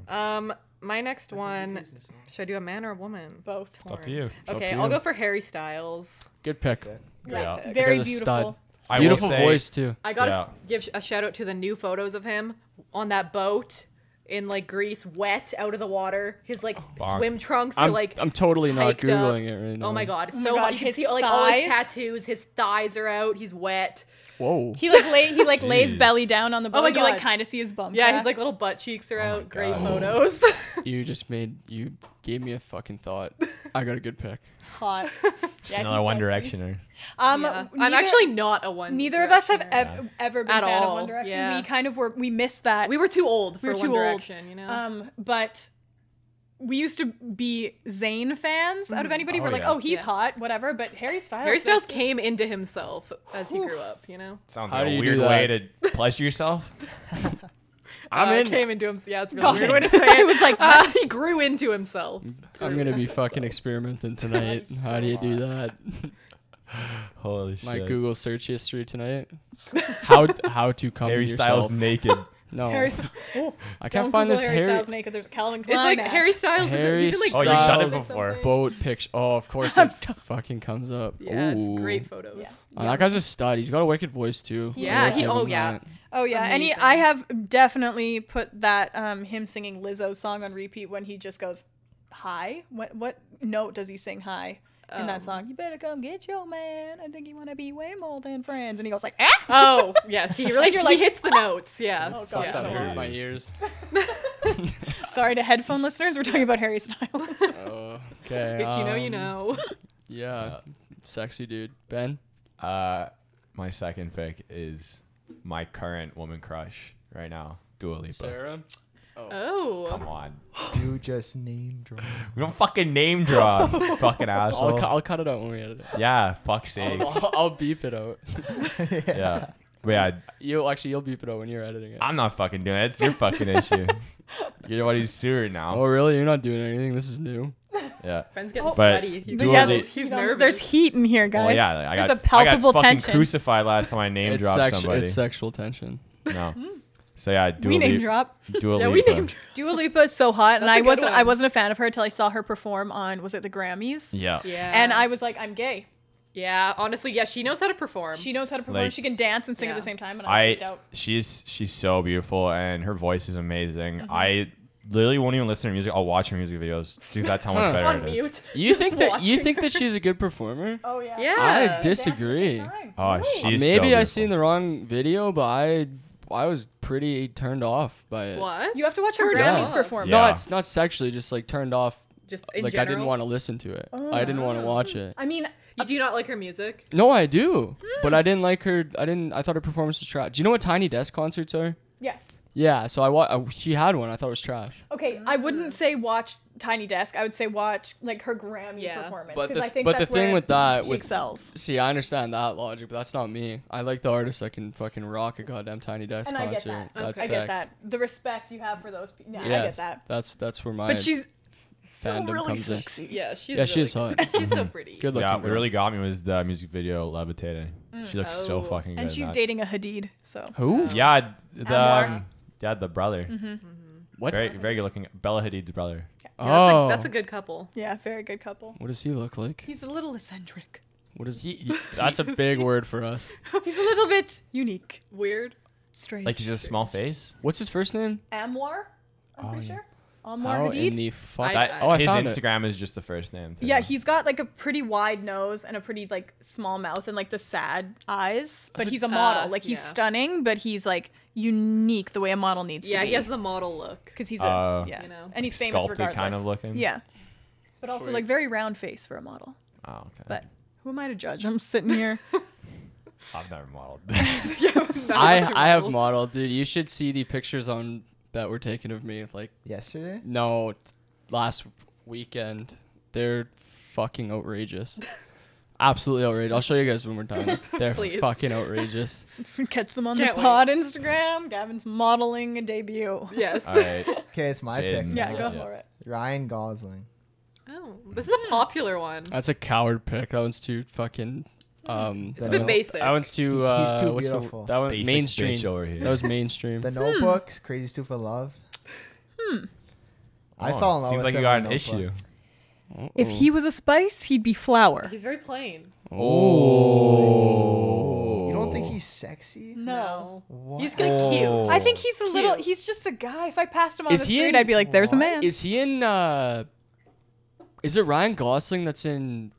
Um, my next one. Should I do a man or a woman?
Both.
It's up to you.
up
Okay,
to
I'll
you.
go for Harry Styles.
Good pick.
Yeah.
Very
Because a stud.
beautiful.
I
Beautiful
will say,
voice too.
I gotta
Yeah.
give sh- a shout out to the new photos of him on that boat in like Greece, wet out of the water. His like
bonk.
swim trunks are
I'm,
like.
I'm totally not
hiked up.
googling it right now.
Oh my god,
my
so
God,
hot. You can
his
see like all his
thighs.
tattoos. His thighs are out. He's wet.
Whoa.
He like lay he like lays
Jeez.
belly down on the boat.
Oh my
You like
God.
kind of see his bum.
Yeah,
crack.
his like little butt cheeks are out. Great
God.
photos.
you just made you gave me a fucking thought. I got a good pick.
hot. Yeah,
another
he's
One
sexy.
Directioner.
Um,
Yeah. I'm
neither-
actually not a one.
neither of us have
Directioner.
ev- ever been
At
fan of
all,
One Direction.
yeah.
We kind of were we missed that.
We were too old for
were too
One
old.
Direction, you know.
um, but we used to be Zayn fans out of anybody.
Oh,
we're like,
yeah.
oh, he's
Mm-hmm. Yeah.
hot, whatever. But Harry Styles.
Harry
is-
Styles came into himself as he grew up, you know.
Sounds
How
like
do
a
you do
weird way to pleasure yourself.
I'm
Uh,
in.
Came into himself. Yeah, it's a
Got
really weird
it.
way to say it.
I was like,
uh, he grew into himself.
I'm gonna be fucking experimenting tonight. How do you do that?
Holy
My
shit.
Google search history tonight. How how to come
Harry
yourself.
Styles naked.
No,
Harry, it's
I
Don't
can't Oh. find
Google
this
Harry,
Harry,
Styles naked. There's a Calvin Klein.
like
ad.
Harry Styles.
Harry
is, he's in,
oh,
like,
you've done it
Styles
before.
boat picture. Oh, of course it fucking comes up.
Yeah,
Ooh.
it's great photos.
Yeah.
Oh, that guy's a stud. He's got a wicked voice too. I
Yeah,
like
he-
him
oh,
in
yeah.
that.
Oh yeah, and he,
Amazing.
I have definitely put that um him singing Lizzo's song on repeat when he just goes high. What what note does he sing high in
Um,
that song? You better come get your man. I think you want to be way more than friends. And he goes like ah.
Oh yes, he really
you're
he
like, "Ah!"
hits the notes. Yeah.
Oh, God,
yeah.
that
There
hurt
he
my
is.
ears.
Sorry to headphone listeners, we're talking about Harry Styles.
Oh, okay.
If you know, you
um,
know.
Yeah, sexy dude. Ben.
Uh, my second pick is my current woman crush right now, Dua Lipa.
Sarah.
Oh,
Come on.
Do just name drop.
We don't fucking name drop, fucking
I'll,
asshole.
cu- I'll cut it out when we edit it.
yeah, fuck sakes.
I'll, I'll beep it out.
yeah. But yeah,
You'll actually you'll beep it out when you're editing it.
I'm not fucking doing it. It's your fucking issue. You're the one who's suing
Oh
now.
really? You're not doing anything. This is new.
Yeah.
Ben's getting
But
sweaty. He's,
Dua
yeah,
Li-
there's,
he's
heat on-
nervous.
there's heat in here, guys.
Well, yeah, I got,
there's a palpable
I got fucking
tension.
crucified last time I name
it's,
dropped
sexu-
somebody.
it's sexual tension.
no. So yeah, Dua
we name
Lip-
drop.
Dua
Yeah, we
Lipa.
named-
Dua Lipa is so hot, and
That's a
I
good
wasn't I
one.
wasn't a fan of her until I saw her perform on was it the Grammys?
Yeah.
yeah.
And I was like, I'm gay.
Yeah, honestly, yeah, she knows how to perform.
She knows how to perform.
Like-
she can dance and sing at
Yeah.
the same time, and I, freaked
I
out.
she's she's so beautiful and her voice is amazing.
Mm-hmm.
I literally won't even listen to her music. I'll watch her music videos because that's how much
Huh.
better
on
it is.
mute.
You
just
think that you
watching
think
her.
that she's a good performer?
Oh yeah.
Yeah.
I disagree.
Oh, she's so
Uh, Maybe I
beautiful.
seen the wrong video, but I I was pretty turned off by it.
What?
You have to watch her
Turn
it
Grammys
off.
performance.
Yeah.
Not not sexually, just like turned off.
Just in
like
general.
I didn't want to listen to it. I didn't
Oh.
want to watch it.
I mean,
You do not like her music?
No, I do, but I didn't like her. I didn't. I thought her performance was trash. Do you know what Tiny Desk concerts are?
yes.
Yeah, so I, wa- I she had one. I thought it was trash.
Okay, I
Mm.
wouldn't say watch Tiny Desk. I would say watch like her Grammy
Yeah.
performance.
But
'cause
the-
I think
but the
that's
thing
where
with that-
she
with-
excels.
See, I understand that logic, but that's not me. I like the artists that can fucking rock a goddamn Tiny Desk
And I get
concert.
that.
That's
I
sick.
get that. The respect you have for those people. Yeah, I
Yes,
get that.
That's that's where my
But she's
fandom
really
comes
sexy.
Yeah, she's
Yeah, she
really
is hot.
good. She's so pretty.
in. Good looking.
Yeah, what
girl.
really got me was the music video Levitating. she looks so
Oh.
fucking good.
Mm. And
in
she's
that.
dating a Hadid, so
Who?
Yeah, the
Mm.
Anwar. Mm-hmm.
um, yeah the brother.
What?
Very very good looking. Bella Hadid's brother.
Yeah, that's,
Oh.
a, that's a good couple.
yeah, very good couple.
What does he look like?
He's a little eccentric.
What is he? That's a big word for us.
He's a little bit unique,
Weird.
strange.
Like he's just a small face.
What's his first name?
Amwar, I'm
Oh,
pretty
yeah.
sure. Amwar
How
Hadid.
in the fuck?
I-
That
oh, I
his
found it.
Instagram is just the first name. too.
Yeah, he's got like a pretty wide nose and a pretty like small mouth and like the sad eyes. But
So-
he's a model.
Uh,
like he's
yeah.
stunning, but he's like unique the way a model needs
Yeah,
to be.
he has the model look.
because he's a
Uh,
yeah,
You know.
and he's famous
sculpted
regardless.
kind of looking.
Yeah, but also
Sweet.
like very round face for a model.
Oh, okay.
But who am I to judge? I'm sitting here.
I've never modeled.
I I have modeled, dude. You should see the pictures on that were taken of me. Like
Yesterday?
no, t- last weekend. They're fucking outrageous. Absolutely outrageous. I'll show you guys when we're done. They're
Please.
fucking outrageous.
Catch them on
Can't
the
wait.
pod Instagram. Gavin's modeling a debut.
Yes.
All right.
Okay, it's my
Jaden.
pick.
Yeah,
now.
go
Yeah.
for it.
Ryan Gosling.
Oh, this is a popular one.
That's a coward pick. That one's too fucking. Um,
It's
The
a
no-
bit basic.
that one's too.
He's
Uh,
too
what's the-
beautiful.
that one
Basic bitch
mainstream.
over here.
That was mainstream.
Hmm.
The Notebooks, Crazy Stupid Love. Hmm. I
Oh,
fell in love
Seems
with
like
him
you got
in
an issue.
Notebook.
If he was a spice, he'd be flour.
he's very plain.
oh.
You don't think sexy?
No.
What?
Hmm. He's gonna cute.
I think he's a little. He's just a guy. If I passed him on
Is
the
he
street,
in-
I'd be like, "There's a
What?
man."
Is he in? uh Is it Ryan Gosling that's in?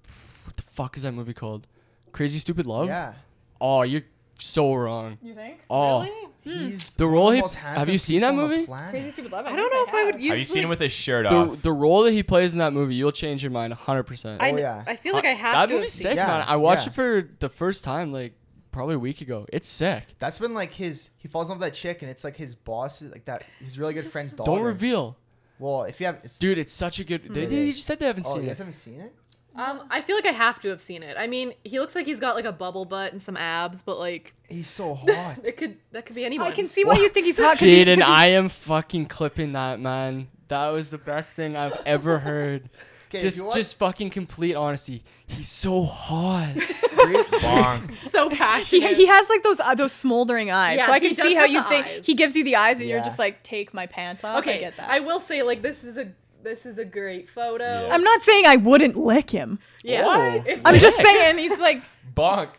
What the fuck is that movie called? Crazy Stupid Love.
Yeah.
Oh, you're so wrong.
you think?
Oh,
Really?
He's
The
one of
role he-
most
have
handsome
you seen that
people on the
movie?
planet.
Crazy Stupid Love.
I don't know if I would use.
Have you seen him with his shirt
the
off?
the role that he plays in that movie, you'll change your mind 100. percent
I,
Oh,
kn-
yeah.
I feel like I have
That
to. have
movie's
seen
sick,
Yeah,
man. I watched
yeah.
it for the first time like probably a week ago. It's sick.
That's been like his. He falls in love with that chick, and it's like his boss, like that. His really good friend's daughter.
Don't reveal,
Well, if you have, it's,
dude. It's such a good. They,
It
they
is.
just said they haven't
oh,
seen
you guys
it.
haven't seen it?
Um, I feel like I have to have seen it. I mean, he looks like he's got like a bubble butt and some abs, but like
He's so hot.
it could that could be anyone.
I can see why you think he's hot. 'cause he-
Jaden,
'cause he-
I am fucking clipping that, man. That was the best thing I've ever heard.
Okay, if
just,
you want-
just fucking complete honesty. He's so hot.
Great-
Bonk.
so
He,
passionate.
he has like those uh, those smoldering eyes,
Yeah,
so I
he
can
does
see how
have
you
the
think
eyes.
he gives you the eyes, and you're
Yeah.
just like, "Take my pants off."
okay,
I get that.
I will say like this is a this is a great photo.
Yeah.
I'm not saying I wouldn't lick him.
Yeah.
What?
If,
I'm just saying he's like
Bonk.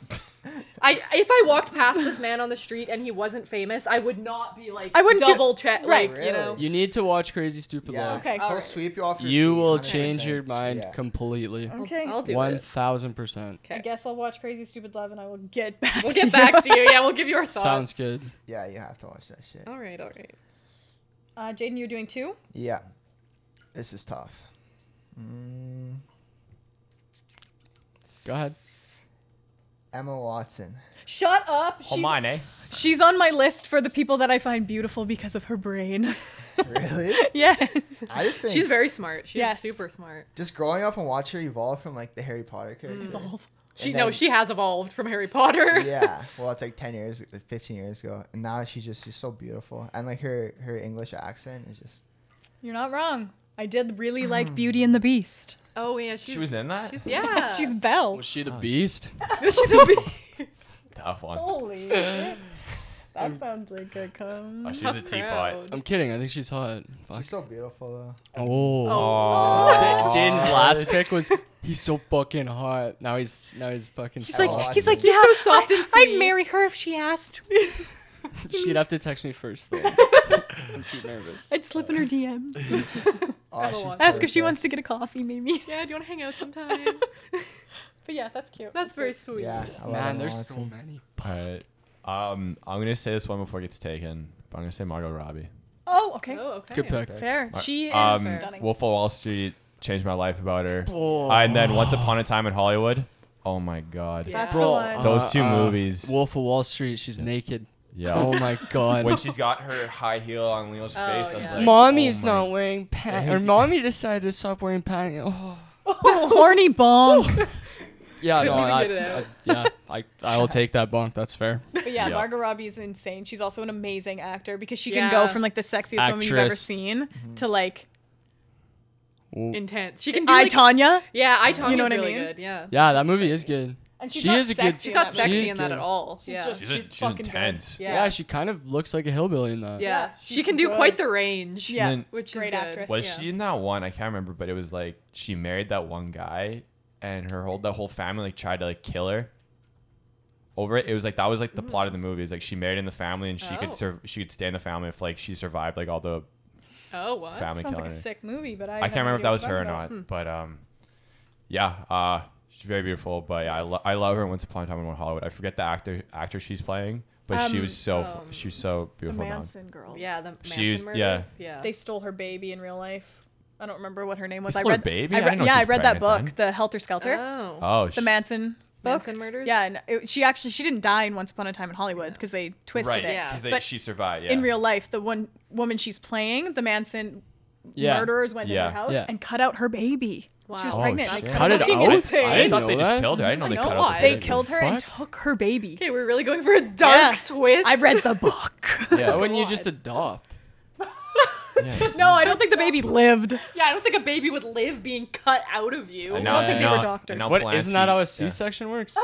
I if I walked past this man on the street and he wasn't famous, I would not be like
I wouldn't do-
double check
Right.
like, you know.
Really?
You need to watch Crazy Stupid
yeah.
Love.
Okay.
He'll
Alright.
sweep you off. Your
You
feet,
will
100%.
change your mind
Yeah.
completely.
okay.
I'll do
One
it.
thousand percent.
I guess I'll watch Crazy Stupid Love, and I will get back.
We'll
to
get
you.
back to you. Yeah, we'll give you our thoughts.
Sounds good.
Yeah, you have to watch that shit.
All right, all right.
Uh, Jaden, you're doing two.
Yeah. This is tough. Mm,
Go ahead.
Emma Watson.
Shut up.
Oh,
She's,
mine, eh?
she's on my list for the people that I find beautiful because of her brain.
Really?
yes.
I just think
She's very smart. She's
Yes.
super smart.
just growing up and watching her evolve from like the Harry Potter character.
She
And
no,
then-
she has evolved from Harry Potter.
yeah. Well, it's like ten years, fifteen years ago, and now she's just she's so beautiful, and like her her English accent is just
You're not wrong. I did really like Beauty and the Beast.
Oh yeah, she's,
She was in that?
she's- yeah.
She's Belle.
Was she the beast?
Was she the bee?
Tough one. Oh,
Holy. shit. that sounds like a cum.
Oh, she's a
Tough
teapot.
crowd.
I'm kidding. I think she's hot. Fuck.
she's so beautiful though.
oh.
Oh.
Jaden's last pick was he's so fucking hot. Now he's now he's fucking.
He's
so
like,
Oh,
hot.
he's
I
like,
see.
yeah,
She's so soft
I,
and
I'd
sweet."
marry her if she asked.
she'd have to text me first though. I'm too nervous.
I'd slip in her DMs.
Oh,
Emma
she's
Watson.
Ask if she
perfect.
wants to get a coffee, maybe.
Yeah, do you want to hang out sometime?
But yeah, that's cute.
That's very sweet.
Yeah. I love
Man,
Emma
there's so
Watson.
many.
Alright. Um, I'm gonna say this one before it gets taken. But I'm gonna say Margot Robbie.
Oh, okay.
Oh, okay.
Good pick.
Fair. She is
Um,
stunning.
Wolf of Wall Street changed my life about her.
Oh.
and then Once Upon a Time in Hollywood. Oh my God.
Yeah.
that's
Bro,
the one.
Those two movies.
Wolf of Wall Street. She's naked.
Yeah.
Uh, Oh my god.
when she's got her high heel on Leo's
Oh,
face, I was
yeah.
like,
Mommy's
oh my-
not wearing pants, or
Yeah.
mommy decided to stop wearing pants. Oh.
Horny bonk.
Yeah, no,
Couldn't even
I,
get it out.
I- yeah, I, I'll take that bunk. That's fair.
But yeah,
Yeah.
Margot Robbie is insane. She's also an amazing actor because she can
Yeah.
go from like the sexiest woman you've ever
Actress.
seen
Mm-hmm.
to like
Ooh.
Intense. She can do.
I
Like,
Tanya.
yeah, I Tanya
You know
is
what I
really
mean?
good. Yeah.
Yeah, that movie is good.
And
she's She not is a good- sexy
She's
in
not
that movie.
sexy
She is
in that at
good.
all. yeah.
just-
She's, a-
She's
she's
fucking
intense.
yeah.
Yeah. she kind of looks like a hillbilly in that.
Yeah,
Yeah,
she
she's
can do
good.
quite the range.
Yeah.
And then-
which
Great
is good.
actress.
Was
yeah.
she in that one? I can't remember, but it was like she married that one guy, and her whole that whole family like tried to like kill her. Over it, it was like that was like
Mm-hmm.
the plot of the movie. Is like she married in the family, and she
Oh.
could serve. She could stay in the family if like she survived like all the
Oh, what?
family
Sounds
killing.
like a
her.
sick movie, but I,
I can't remember if that was her or not, but
Hmm.
um, yeah, uh, she's very beautiful. But yeah, I, lo- I love her. in Once upon a time in Hollywood, I forget the actor actress she's playing, but she
Um,
was so f
um,
she was so
The
beautiful. man.
Manson girl.
Yeah, the Manson
She's-
murders.
yeah.
yeah.
They stole her baby in real life. I don't remember what her name was.
They
I
stole her
read
baby? I
I
didn't
read,
know
yeah,
she
I
was
read that book,
pregnant
the Helter Shelter,
Oh.
Oh,
the
sh-
Manson book.
Manson murders?
Yeah, and it, she actually she didn't die in Once Upon a Time in Hollywood because they twisted
right?
it.
Yeah.
because
But
she survived. Yeah.
In real life, the one woman she's playing, the Manson
Yeah.
murderers went
Yeah.
in her house
Yeah.
and cut out her baby. She was
Wow. Oh,
pregnant. like,
shit.
Cut it
Fucking
out.
insane.
I,
I
didn't
didn't
thought they just
that.
killed her. I didn't know they
know
cut
why.
out the
They
baby.
killed her and
Fuck.
took her baby.
Okay, we're really going for a dark
Yeah.
twist.
I read the book.
Why
Yeah.
wouldn't you
God.
just adopt?
no, I don't think the baby lived.
Yeah, I don't think a baby would live being cut out of you.
And
now- I don't think they were
and
doctors.
and now
What isn't that
Polanski-
how a
yeah.
C-section works?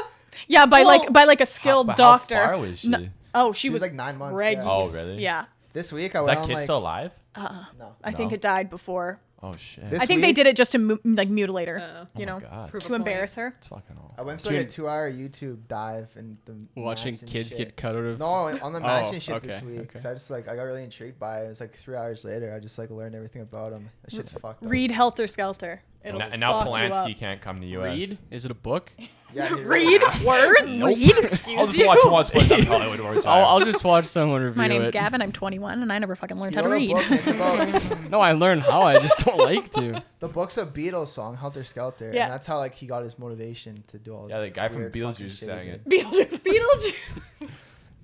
Yeah, by
Well-
like by like a skilled
But
doctor.
How far was she?
No- oh, she,
She was
was,
like nine months.
Reggie.
yeah.
Oh, really?
Yeah.
This week I
Is
went
that
on
kid
like
still alive?
No.
I think
No.
it died before.
Oh shit.
This-
I think they
week?
did it just to mu- like mutilate her,
Uh,
oh
you know,
My God.
prove a
to
point.
embarrass her.
It's fucking awful.
I went through like a
Dude.
two-hour YouTube dive and the
Watching
mats and
kids
shit.
get cut out of.
No, on the
Oh,
match and shit this
okay,
week.
okay.
'cause I just like I got really intrigued by it. It was like three hours later. I just like learned everything about him. That shit's fucked up.
Read Helter Skelter. It'll
And, and now
fuck you up.
Polanski can't come to U.S.
Read? Is it a book?
Yeah, dude.
Read words?
Nope.
Read? Excuse
I'll just
you?
watch one split on Hollywood over time.
I'll, I'll just watch someone review
My name's
it.
Gavin. I'm 21, and I never fucking learned
You
how to
know the
read.
book? It's about-
No, I learned how. I just don't like to.
the book's a Beatles song, Helter Skelter,
Yeah.
and that's how like he got his motivation to do all.
yeah, the guy from
weird fucking
Beetlejuice
shit he
sang
did.
it.
Beetlejuice. Beetlejuice.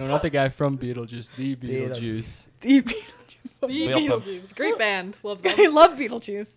No, not the guy from Beetlejuice. The
Beetlejuice.
Beetlejuice.
The Beetlejuice.
The
Lil Pump.
Beetlejuice. Great band. Love them.
I love Beetlejuice.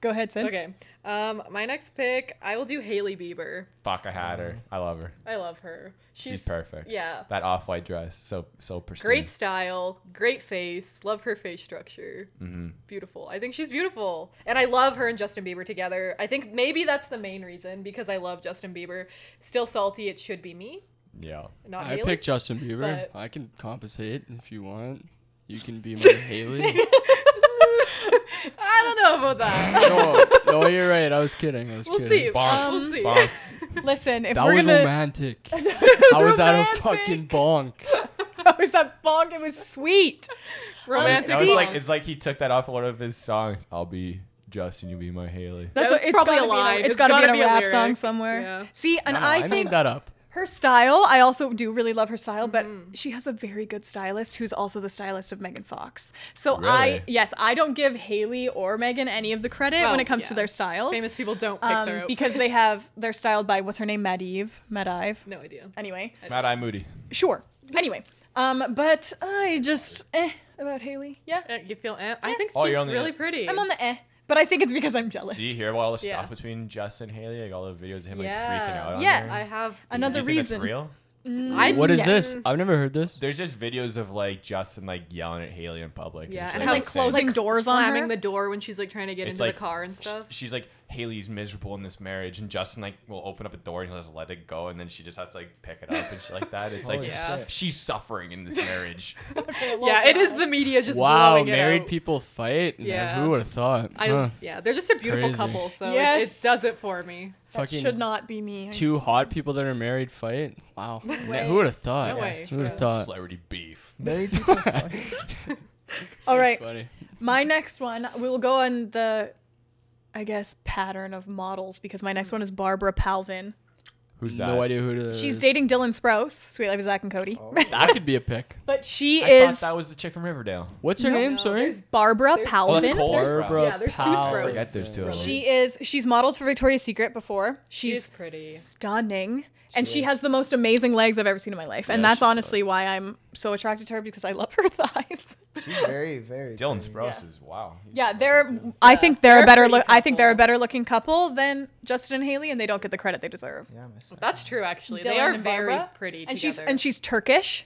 Go ahead, Sid.
Okay. Um, my next pick, I will do Haley Bieber.
Fuck, I had her. I love her.
I love her. She's,
She's perfect.
Yeah.
That off-white dress, so so pristine.
Great style, great face. Love her face structure.
Mhm.
Beautiful. I think she's beautiful, and I love her and Justin Bieber together. I think maybe that's the main reason because I love Justin Bieber. Still salty. It should be me,
Yeah.
not
I
Haley.
picked Justin Bieber.
but-
I can compensate if you want. You can be my Haley.
I don't know about that.
No, no, you're right. I was kidding. I was
we'll see.
kidding.
Bonk.
we'll see.
Bonk.
Listen, if
That
we're
was
gonna,
romantic. I was at a
romantic.
fucking bonk.
that was that bonk. It was sweet.
Romantic.
That was
song.
like it's like he took that off one of his songs. I'll be Justin, you be my Haley.
That's
That
what,
was
it's
probably
gotta
a
be in
line.
it's
It's
gotta,
gotta
be
be
in a
a
rap
lyric.
song somewhere.
Yeah.
See, and
No, no,
I,
made
think
that up.
her style. I also do really love her style, but
Mm.
she has a very good stylist who's also the stylist of Megan Fox. So I,
Really?
yes, I don't give Haley or Megan any of the credit
Well,
when it comes to
yeah.
their styles,
Famous people don't pick
um,
their outfits.
because they have they're styled by what's her name, Madive, Madive.
no idea.
Anyway,
Mad Eye Moody.
sure. Anyway, um, but I just eh about Haley. Yeah,
Uh, You feel? eh? I think she's
Oh, you're on the-
really pretty.
I'm on the eh, but I think it's because I'm jealous.
Do you hear about all the
Yeah.
stuff between Justin and Haley? Like all the videos of him like freaking
Yeah.
out. on
Yeah.
her?
I have.
Another
you think that's
reason.
real?
I,
What is
Yes.
this? I've never heard this.
There's just videos of like Justin like yelling at Haley in public.
Yeah,
shit like
and how-
that.
like,
Saying-
closing doors on
slamming
her?
the door when she's like trying to get
It's
into
like
the car and
sh-
stuff.
she's like Haley's miserable in this marriage, and Justin like will open up a door and he'll just let it go, and then she just has to like pick it up and shit like that. It's like
Holy
Yeah.
shit.
she's suffering in this marriage.
yeah, it is the media just
Wow,
blowing it
married
out.
people fight. Yeah.
Yeah.
Who would have thought?
I,
Huh.
Yeah, they're just a beautiful
Crazy.
couple, so it- it,
Yes.
does it for me.
That
Fucking
should not be me. I
two hot people that are married fight. Wow.
way.
Who would have thought?
No way.
Who would have
Yeah.
thought?
Celebrity beef.
Married people. fuck.
All right.
Funny.
My next one, we will go on the, I guess, pattern of models because my next one is Barbara Palvin.
Who's that?
No idea who it is.
She's dating Dylan Sprouse, Sweet Life of Zach and Cody.
Oh.
That could be a pick.
But she
I
is
thought that was the chick from Riverdale.
What's her name?
No,
Sorry.
there's-
Barbara
There's-
Oh, that's
Palvin.
Cole.
Barbara
Yeah, there's two
Powell.
Sprouts.
Forget there's two of them.
she is. She's modeled for Victoria's Secret before.
She's,
She's
pretty.
stunning, and she has the most amazing legs I've ever seen in my life. And
Yeah,
that's
she's hot.
honestly why I'm so attracted to her because I love her thighs.
She's very, very.
Dylan
pretty.
Sprouse
Yeah.
is wow. He's
Yeah, they're. I think they're,
They're
a
a
better.
pretty
Look, I think they're a
couple.
better looking couple than Justin and Haley, and they don't get the credit they deserve.
Yeah, my son.
That's true, actually. they
Dylan
are
and
very
Barbara.
pretty
and
together.
she's and she's Turkish.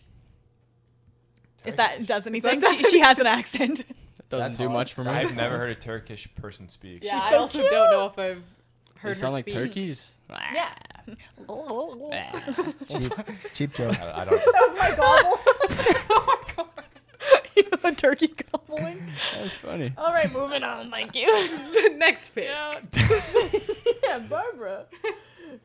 If that does anything,
does
she, she has an accent.
That doesn't
That's
do
hot.
much for me.
I've never heard a Turkish person speak.
yeah,
she's
I
so
also
cute.
don't know if I've heard
They sound
her
like
speak.
turkeys.
Yeah.
cheap, cheap joke.
I, I don't.
my gobble. oh my god. You know the turkey gobbling.
That's funny.
All right, moving on. Thank you.
Next pick.
yeah, Barbara.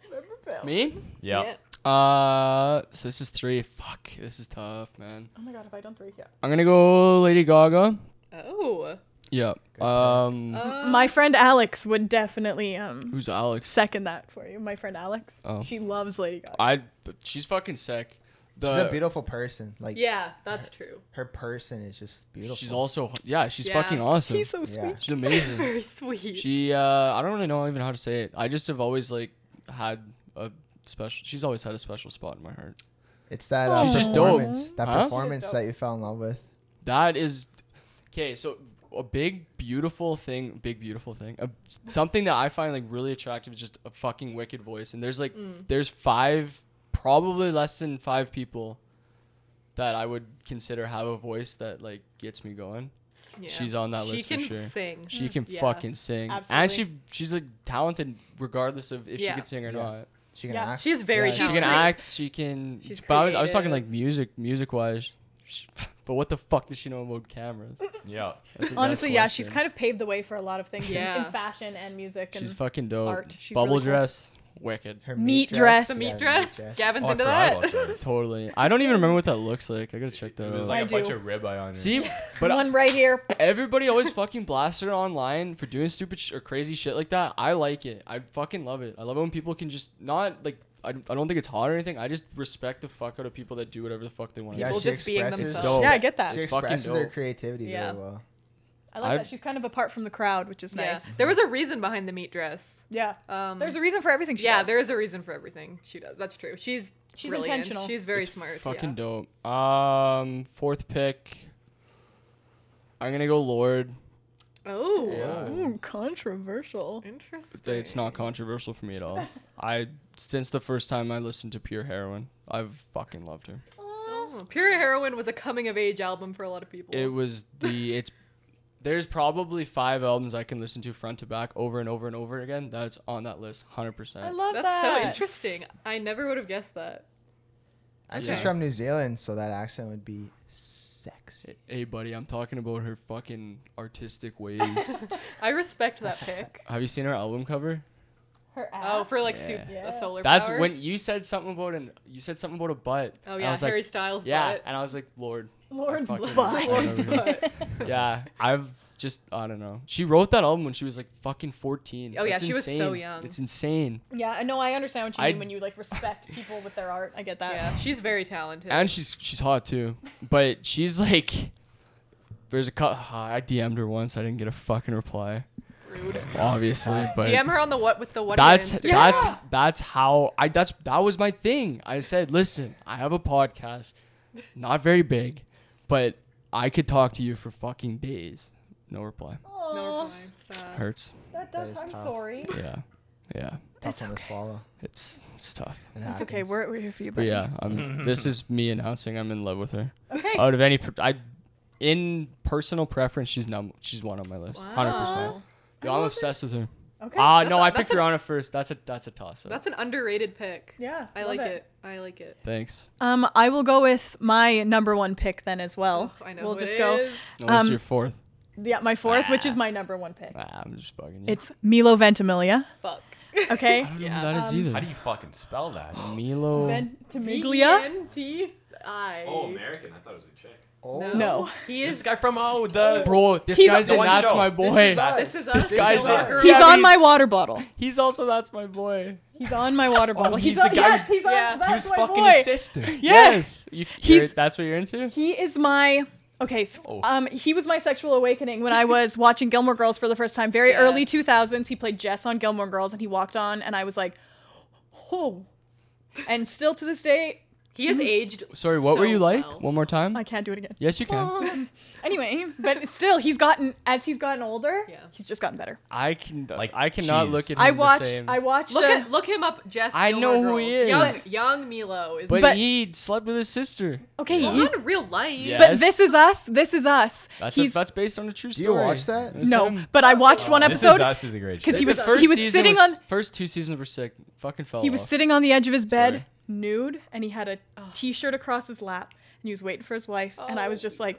Barbara Bell.
Me?
Yeah.
Yeah.
Uh, so this is three. Fuck, this is tough, man.
Oh my god, if I don't three, yeah.
I'm gonna go Lady Gaga.
Oh.
Yeah. Um,
Uh,
My friend Alex would definitely um
who's Alex?
second that for you. My friend Alex.
Oh.
She loves Lady Gaga.
I. She's fucking sick.
She's a
The
beautiful person. Like
yeah, that's true.
her person is just beautiful.
she's also yeah. She's
Yeah.
fucking awesome.
He's so
Yeah.
sweet.
she's amazing.
Very sweet.
she. Uh, I don't really know even how to say it. I just have always like had a special. She's always had a special spot in my heart.
It's that uh,
She's
just dope.
performance. That
Huh? She's just
performance that you fell in love with.
That is okay. So a big beautiful thing, big beautiful thing, a, something that I find like really attractive is just a fucking wicked voice. And there's like
Mm.
there's five, probably less than five people that I would consider have a voice that like gets me going.
Yeah.
She's on that
She
list for
can
sure.
sing.
She can
Yeah.
fucking sing, and she
Absolutely.
she's like talented regardless of if
Yeah.
she could sing or
Yeah.
not.
She can
Yeah.
act.
She is very
Yeah,
She
she's
can
talented.
act. She can.
She's
but I was, I was talking like
creative.
music, music wise. But what the fuck does she know about cameras?
Yeah.
That's a-
Honestly,
that's
yeah, she's
question.
kind of paved the way for a lot of things in-
Yeah.
in fashion and music. And
She's fucking dope.
art. She's
Bubble
really cool.
dress, wicked.
Her
Meat dress. The
meat
yeah,
dress. Gavin's
Oh, I
into
forgot
that.
about those.
Totally. I don't even remember what that looks like. I gotta check that
It
out.
was like
I
a bunch
do.
of ribeye on it.
See, but
one right here.
everybody always fucking blasts her online for doing stupid sh- or crazy shit like that. I like it. I fucking love it. I love it when people can just not like. I, I don't think it's hot or anything. I just respect the fuck out of people that do whatever the fuck they want.
Yeah,
to
People
she
just being
expresses-
themselves.
dope.
Yeah, I get that.
She
It's fucking
expresses her
dope.
creativity
Yeah.
very well.
I like
I-
that. She's kind of apart from the crowd, which is
Yeah.
nice.
There was a reason behind the meat dress.
Yeah.
Um,
There's a reason for everything she
yeah,
does.
there is a reason for everything she does. That's true. She's
She's
brilliant.
intentional.
She's very
It's
smart.
Fucking
yeah.
dope. Um, fourth pick. I'm gonna go Lord.
Oh,
Yeah.
Ooh, controversial.
interesting.
It's not controversial for me at all. I since the first time I listened to Pure Heroin, I've fucking loved her.
Oh, Pure Heroin was a coming of age album for a lot of people.
It was the it's there's probably five albums I can listen to front to back over and over and over again. That's on that list, hundred
I
percent.
love
That's
that.
so interesting. I never would have guessed that.
And
Okay.
she's from New Zealand, so that accent would be sexy.
Hey, buddy, I'm talking about her fucking artistic ways.
I respect that pick.
Have you seen her album cover?
Her ass.
Oh, for like
Yeah.
soup,
Yeah.
a solar
That's
power?
when you said something about an you said something about a butt.
Oh
and
yeah,
I was like,
Harry Styles.
yeah,
butt.
and I was like, Lord,
Lawrence
I fucking-
Butt.
Lawrence Butt. yeah, I've just I don't know. She wrote that album when she was like fucking fourteen.
Oh, yeah,
That's
she was so
insane.
young.
It's insane,
Yeah, I know. I understand what you
I-
mean when you like respect people with their art. I get that.
Yeah, she's very talented.
and she's she's hot too. But she's like, there's a cut. I DM'd her once. I didn't get a fucking reply,
rude.
obviously. But
DM her on the what with the what?
that's
on Instagram.
that's that's how I that's that was my thing. I said, listen, I have a podcast, not very big, but I could talk to you for fucking days. No reply.
No
Oh,
reply. Sad.
Hurts.
that
That
does.
is
I'm
tough.
sorry.
Yeah, yeah.
Tough one to swallow.
It's it's tough.
It
It's okay.
happens.
We're, we're here for you,
But
buddy.
yeah, I'm, this is me announcing I'm in love with her.
Okay.
Uh,
Out of any, per- I, in personal preference, she's num- she's one on my list, hundred percent.
Wow.
Yo, I'm obsessed with her.
Okay.
uh,
Ah, no,
a-
I
that's
picked
a-
her on it first. That's a that's a toss. up
That's an underrated pick.
yeah.
I
love
like it. I like it.
Thanks.
Um, I will go with my number one pick then as well.
I know.
We'll
who
just
it
go.
is.
No, this is
Um,
your fourth.
Yeah, my fourth, which is my number one pick.
Ah, I'm just bugging you.
It's Milo Ventimiglia.
Fuck.
I
Okay.
don't
yeah,
know who that is
um,
How
either.
do you fucking spell that?
Milo.
Ventimiglia.
V-E-N-T-I.
Oh, American. I thought it was a chick.
Oh,
No.
He
This
is.
guy from oh the
Bro, this
He's
guy's in
on
the one
That's
show.
My Boy.
This is us.
This guy's
is
in
us.
Gravity.
He's on my water bottle.
He's also That's My Boy.
He's on my water bottle.
Oh, he's
he's,
the guy
on, yes,
who's-
he's on.
yeah.
That's
he was
my
fucking
boy.
his sister.
You,
Yeah.
you're,
He's-
that's what you're into?
He is my okay. So,
Oh.
Um, he was my sexual awakening when I was watching Gilmore Girls for the first time, very early
Yes.
two thousands. He played Jess on Gilmore Girls, and he walked on, and I was like, oh. And still to this day,
He has aged.
Sorry, what were
so
you like?
well.
One more time?
I can't do it again.
yes, you can.
Anyway, but still, he's gotten as he's gotten older.
Yeah.
he's just gotten better.
I can.
Like,
I cannot
cheese.
look at him
I
Mm, The
watched.
same.
I watched.
Look
uh,
at look him up, Jess.
I
Gilmore
know who he
Girls.
is.
Young, young Milo is.
But,
But-
he slept with his sister.
uh, okay,
Well,
he-
not in real life.
Yeah.
but
Yes.
this is us. This is us.
That's a,
he's
that's based on a true
Do
story.
you watch that?
That's
no,
him.
but I watched one
This is
episode
us is a great
because
show.
he was
This is Us.
he was
season
sitting
was-
on
first two seasons were sick. Fucking fell
he was
Oh.
off.
sitting on the edge of his bed
Sorry.
nude and he had a
Oh.
t-shirt across his lap and he was waiting for his wife and I was
Oh.
just like,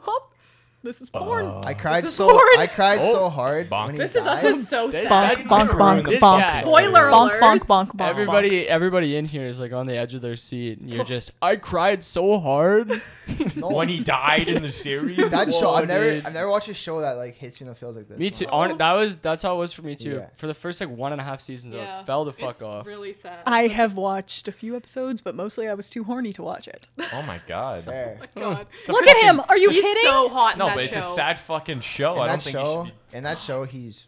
"Hop, this is porn."
I cried
This is
so
hard.
I cried so
Oh.
hard
Bonk.
when he
This is
died.
us is so sad.
bonk, bonk,
I ruined
bonk,
this
bonk.
guy's
Spoiler
story.
bonk,
alert.
bonk, bonk, bonk, bonk.
Everybody, everybody in here is like on the edge of their seat, and you're just. I cried so hard.
When he died in the series.
That show,
Whoa,
I've never,
dude.
I've never watched a show that like hits me in the feels like this.
me too.
Oh,
On, that was that's how it was for me too.
Yeah.
For the first like one and a half seasons,
Yeah.
I fell the fuck
it's
off.
Really sad.
I have watched a few episodes, but mostly I was too horny to watch it.
Oh my god.
Fair.
Oh God.
Look at him! Are you
He's
kidding?
so hot. In
No,
that
but it's a
show.
sad fucking show.
In
I
that
don't think
show,
you should be.
in that show, he's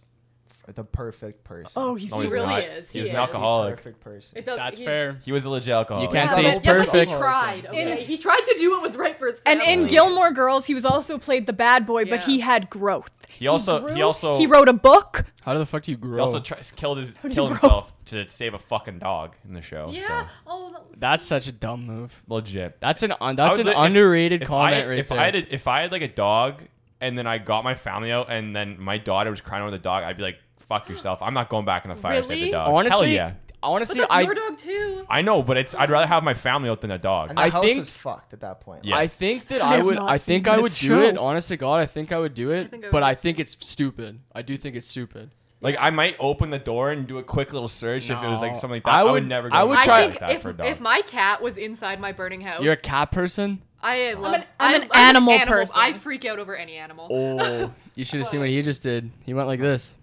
f- the perfect person.
oh, he's
No,
too
he's
really
not.
is.
He
He
was
is.
an alcoholic.
perfect person.
It does-
That's
he-
fair.
He was a legit alcoholic.
You can't
Yeah,
say
but-
he's
yeah, but
perfect.
He
also-
tried. Okay.
In-
he tried to do what was right for his
And
family.
in Gilmore Girls, he was also played the bad boy, but
Yeah.
he had growth.
He also
grew-
he also
he wrote a book.
How the fuck do you grow?
he also tries, killed his
grow?
killed himself to save a fucking dog in the show.
Yeah.
So
Oh. that-
that's such a dumb move.
legit.
That's an un, that's
I
an
would li- if-
underrated
if
comment
I,
right
if
there.
I had a, if I had like a dog and then I got my family out and then my daughter was crying over the dog, I'd be like, "Fuck yourself! I'm not going back in the fire to save the
Really?
dog." Hell
Honestly,
yeah.
honestly,
but that's
I
your dog too.
I know, but it's I'd rather have my family out than a dog.
And the
I
house
think-
was fucked at that point.
Yeah.
I think that
I
I
have
would.
not
I
seen
think I would
this
do it.
show.
Honest to God, I think I would do it.
think I
but
would.
I think it's stupid. I do think it's stupid.
Like I might open the door and do a quick little search if it was like
No.
something like that.
I
I would,
would-
never. Go
I would
to a
try-
dog
I
like
think
that
if,
for a dog.
if my cat was inside my burning house,
You're a cat person.
I love.
an- I'm an animal person.
I freak out over any animal.
Oh, you should have seen what he just did. He went like this.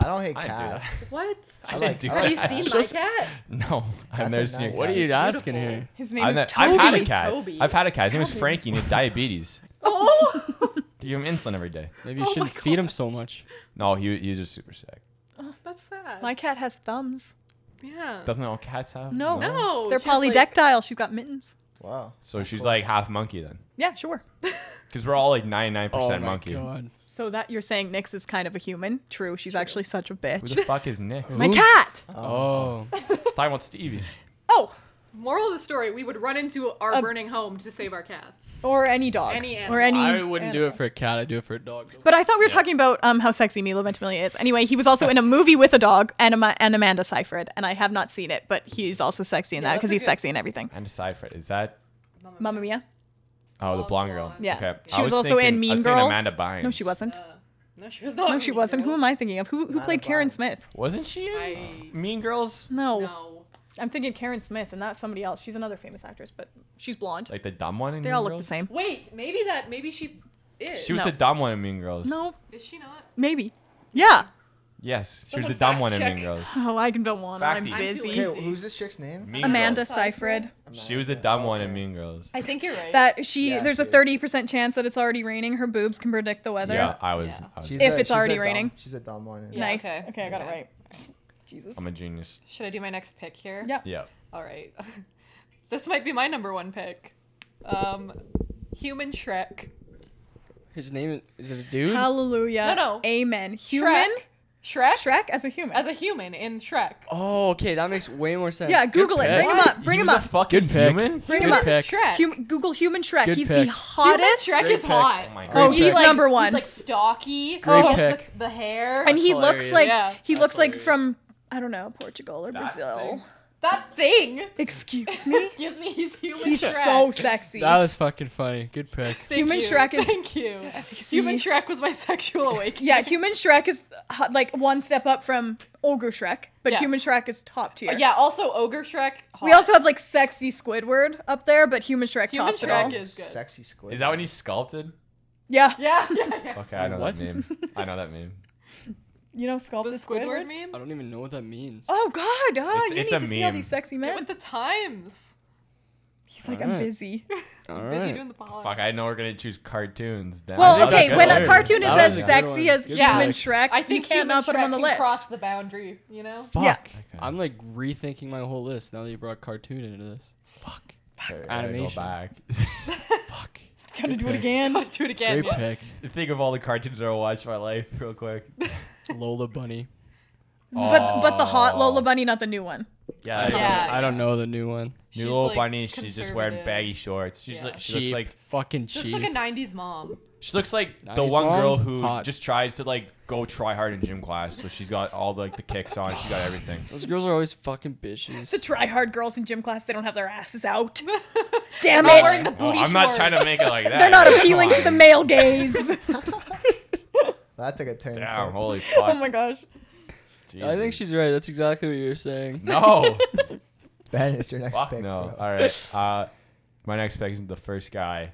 I don't hate
I didn't do
cats.
What?
I
I
didn't
like-
do
I
Have
like
you
that.
seen my
Just-
cat?
No, I've
Cats
never
are
seen.
nice.
a
What are
cat.
you asking
beautiful.
here?
His name
I've,
is
ne-
Toby.
I've had a
Toby.
cat.
Toby.
I've had a cat. His name was Frankie. and He had diabetes.
Oh,
Do you give him insulin every day?
Maybe you
Oh my
shouldn't feed him so much.
No, he he was just super sick.
that's sad.
My cat has thumbs.
yeah.
Doesn't all cats have?
No.
no,
They're
Oh, she was like-
polydactyl. She's got mittens.
Wow.
So she's like half monkey then,
Yeah, sure.
because we're all like 99%
Oh my
monkey.
god.
So that you're saying Nyx is kind of a human. True. She's actually such a
Who
bitch.
the fuck is Nick?
My cat.
Oh.
Talking about Stevie.
Oh,
Moral of the story: We would run into our
A-
burning home to save our cats.
or any dog.
Any
Or
animal.
any.
I wouldn't do
animal.
it for a cat. I'd do it for a dog.
But I thought we were talking about um, how sexy Milo Ventimiglia is. Anyway, he was also in a movie with a dog and, Ama- and Amanda Seyfried, and I have not seen it, but he's also sexy in
Yeah,
that
that's
because
a
he's
good-
sexy in everything.
And Cypher. Is that?
Mamma Mia.
Oh, the blonde girl.
Yeah.
Okay.
She
I
was, also
thinking-
in
I
Mean
was thinking
Girls.
Amanda Bynes.
No, she wasn't.
Uh, no, she was not.
no, she
mean
wasn't. Who
girl.
am I thinking of? Who who
Amanda
played Karen
Bynes.
Smith?
Wasn't she in
I-
Mean Girls?
No.
No.
I'm thinking Karen Smith, and that's somebody else. She's another famous actress, but she's blonde.
Like the dumb one in
they
mean
all look
Girls?
the same.
Wait, maybe that. Maybe she is.
She was
No.
the dumb one in Mean Girls.
No,
Is she not?
maybe. Yeah.
Yes, she was
Someone
the dumb
fact
one in
check.
Mean Girls.
Oh, I don't want to.
Fact
I'm
easy.
I'm too
busy.
lazy.
Okay, who's this chick's name?
Mean
Amanda
Girls.
Seyfried.
She was the dumb one in Mean Girls.
I think you're right.
That she
Yeah,
there's
she
a
is.
30% chance that it's already raining. Her boobs can predict the weather.
Yeah, I was.
Yeah.
I was
She's
If
a-
it's
she's a
already
dumb-
raining.
She's a dumb one.
Yeah.
nice.
okay.
Okay. I got it
Yeah.
right. Jesus.
I'm a genius.
Should I do my next pick here?
Yeah.
Yeah.
All right. this might be my number one pick. Um, human Shrek.
His name is it a dude?
Hallelujah.
No, no.
Amen. Human
Shrek. Shrek.
Shrek as a human.
As a human in Shrek.
Oh, okay, that makes way more sense.
yeah, Google it. Bring him
pick.
up. Bring
he
him
was
up.
A fucking
pick.
human.
Bring him
Good
up.
pick.
Shrek.
Hum- Google human Shrek.
Good
he's the
pick.
hottest.
Human Shrek
Great
is
pick.
hot.
Oh my
Great
oh,
pick.
he's number one.
He's like stocky.
Great
he has
pick.
The, the hair.
and he
That's
looks
hilarious.
like
Yeah.
he
That's
looks like
hilarious.
from I don't know Portugal or Brazil.
thing.
that thing.
Excuse me.
Excuse me. He's human.
he's
Shrek.
so sexy.
That was fucking funny. Good pick.
Thank
Human
you.
Shrek is
Thank you.
sexy.
Human Shrek was my sexual awakening.
yeah, human Shrek is uh, like one step up from ogre Shrek, but
Yeah.
human Shrek is top tier.
Uh, Yeah. Also, ogre Shrek.
We
hot.
also have like sexy Squidward up there, but human Shrek
Human
tops
Shrek
it all.
is good.
Sexy squid.
Is that when he's sculpted?
Yeah.
Yeah. yeah, yeah.
Okay, I know
What?
that meme. I know that meme.
You know,
The
sculpted
Squidward meme.
I don't even know what that means.
Oh God! Oh,
It's-
you
it's
need
a
to see all
meme.
these sexy
Get
men.
with the times.
He's like,
Alright.
I'm busy.
All
Busy
right.
doing the pod.
Fuck, I know we're gonna choose cartoons. Damn.
Well,
think that's
okay,
good
when a
one.
cartoon is
That
as
was a good
sexy
one.
as
Good
human
pick.
Shrek,
I think
you can't not put him on the list.
Cross the boundary, you know.
Fuck.
Yeah.
I'm like rethinking my whole list now that you brought cartoon into this. Fuck.
animation.
Animation.
Go back.
Fuck.
Gonna do it
pick.
again.
Do it again.
Great
yeah.
pick.
Think of all the cartoons I watched in my life, real quick.
Lola Bunny.
But but the hot
Oh.
Lola Bunny, not the new one.
Yeah,
Yeah.
I don't know the new one.
New
She's,
little
like,
bunny. She's just wearing
conservative.
baggy shorts. She's
Yeah.
like, she
Cheap.
looks like
fucking
She
cheap.
looks like a '90s mom.
she looks like the
Nice
one
mom.
girl who
Hot.
just tries to like go try hard in gym class. So she's got all like the kicks on. She got everything.
Those girls are always fucking bitches.
The try hard girls in gym class, they don't have their asses out. Damn
Not
it.
wearing the
Oh,
booty
I'm not
shorts.
trying to make it like that.
They're not
Come
appealing to
on.
the male gaze.
That took a turn.
Damn!
quick.
Holy fuck!
oh my gosh.
I think she's right. That's exactly what you're saying.
no.
Ben, it's your next
Fuck
pick.
no.
bro.
All right. Uh, my next pick is the first guy.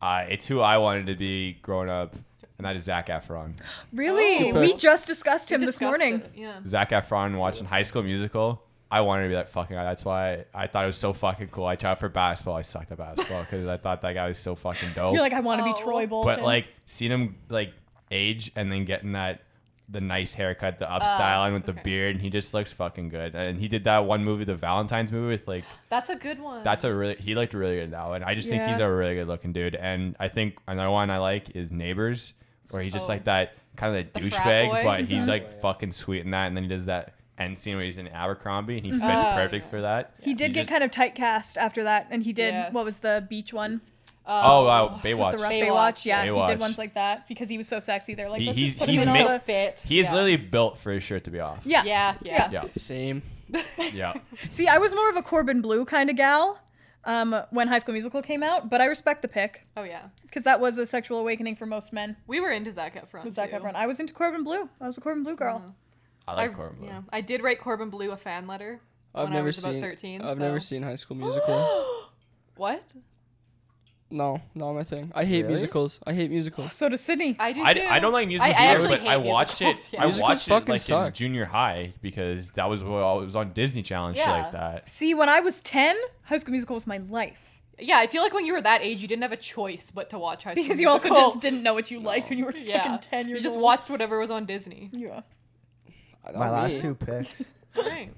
Uh, it's who I wanted to be growing up, and that is Zach Efron.
Really?
Oh.
we just discussed
We
him this
discussed
morning.
it, Yeah.
Zach Efron watching High School Musical. I wanted to be that fucking guy. That's why I thought it was so fucking cool. I tried for basketball. I sucked at basketball because I thought that guy was so fucking dope.
You're like, I want to
Oh.
be Troy Bolton.
but like seeing him like age and then getting that the nice haircut, the up style, and with the
okay.
beard, and he just looks fucking good. And he did that one movie, the Valentine's movie, with like
That's a good one. Um,
that's a really he looked really good now, and I just think he's
Yeah.
a really good looking dude. And I think another one I like is Neighbors, where he's just
Oh.
like that kind of that
The frat
douchebag,
boy. Mm-hmm.
but he's like fucking sweet in that. And then he does that end scene where he's in Abercrombie, and he fits
Oh,
perfect
yeah.
for that.
he did
He's
get
just-
kind of typecast after that, and he did
Yes.
what was the beach one?
Oh wow, Baywatch.
The rough
Baywatch.
Baywatch. Yeah, he
Baywatch.
did ones like that because he was so sexy. They're like,
He-
let's
he's-
just put
he's
him in
ma-
all the.
fit.
He is
yeah.
literally built for his shirt to be off.
Yeah.
Yeah, yeah.
Yeah.
Same.
Yeah.
See, I was more of a Corbin Blue kind of gal um, when High School Musical came out, but I respect the pick
Oh yeah,
because that was a sexual awakening for most men.
we were into Zac Efron.
Was Zac
too.
Efron? I was into Corbin Blue. I was a Corbin Blue girl.
I like Corbin Blue.
Yeah, I did write Corbin Blue a fan letter.
I've
when I
never
was about
seen.
13,
I've never
so-
seen High School Musical.
What?
no, not my thing. I hate
Really?
musicals. I hate musicals.
So does Sydney.
I do.
I,
too.
d- I don't like musicals
I
either,
actually
but
hate
I watched it.
musicals, yeah.
I
Musicals
watched it
fucking
like in
suck.
junior high because that was what I was on Disney Channel and shit
Yeah.
like that.
See, when I was 10, High School Musical was my life
Yeah, I feel like when you were that age, you didn't have a choice but to watch High School
because you also
Musical.
just didn't know what you liked when you were
yeah.
fucking 10 years
You just
old.
watched whatever was on Disney.
Yeah.
Not
My last
me.
two picks.
Right.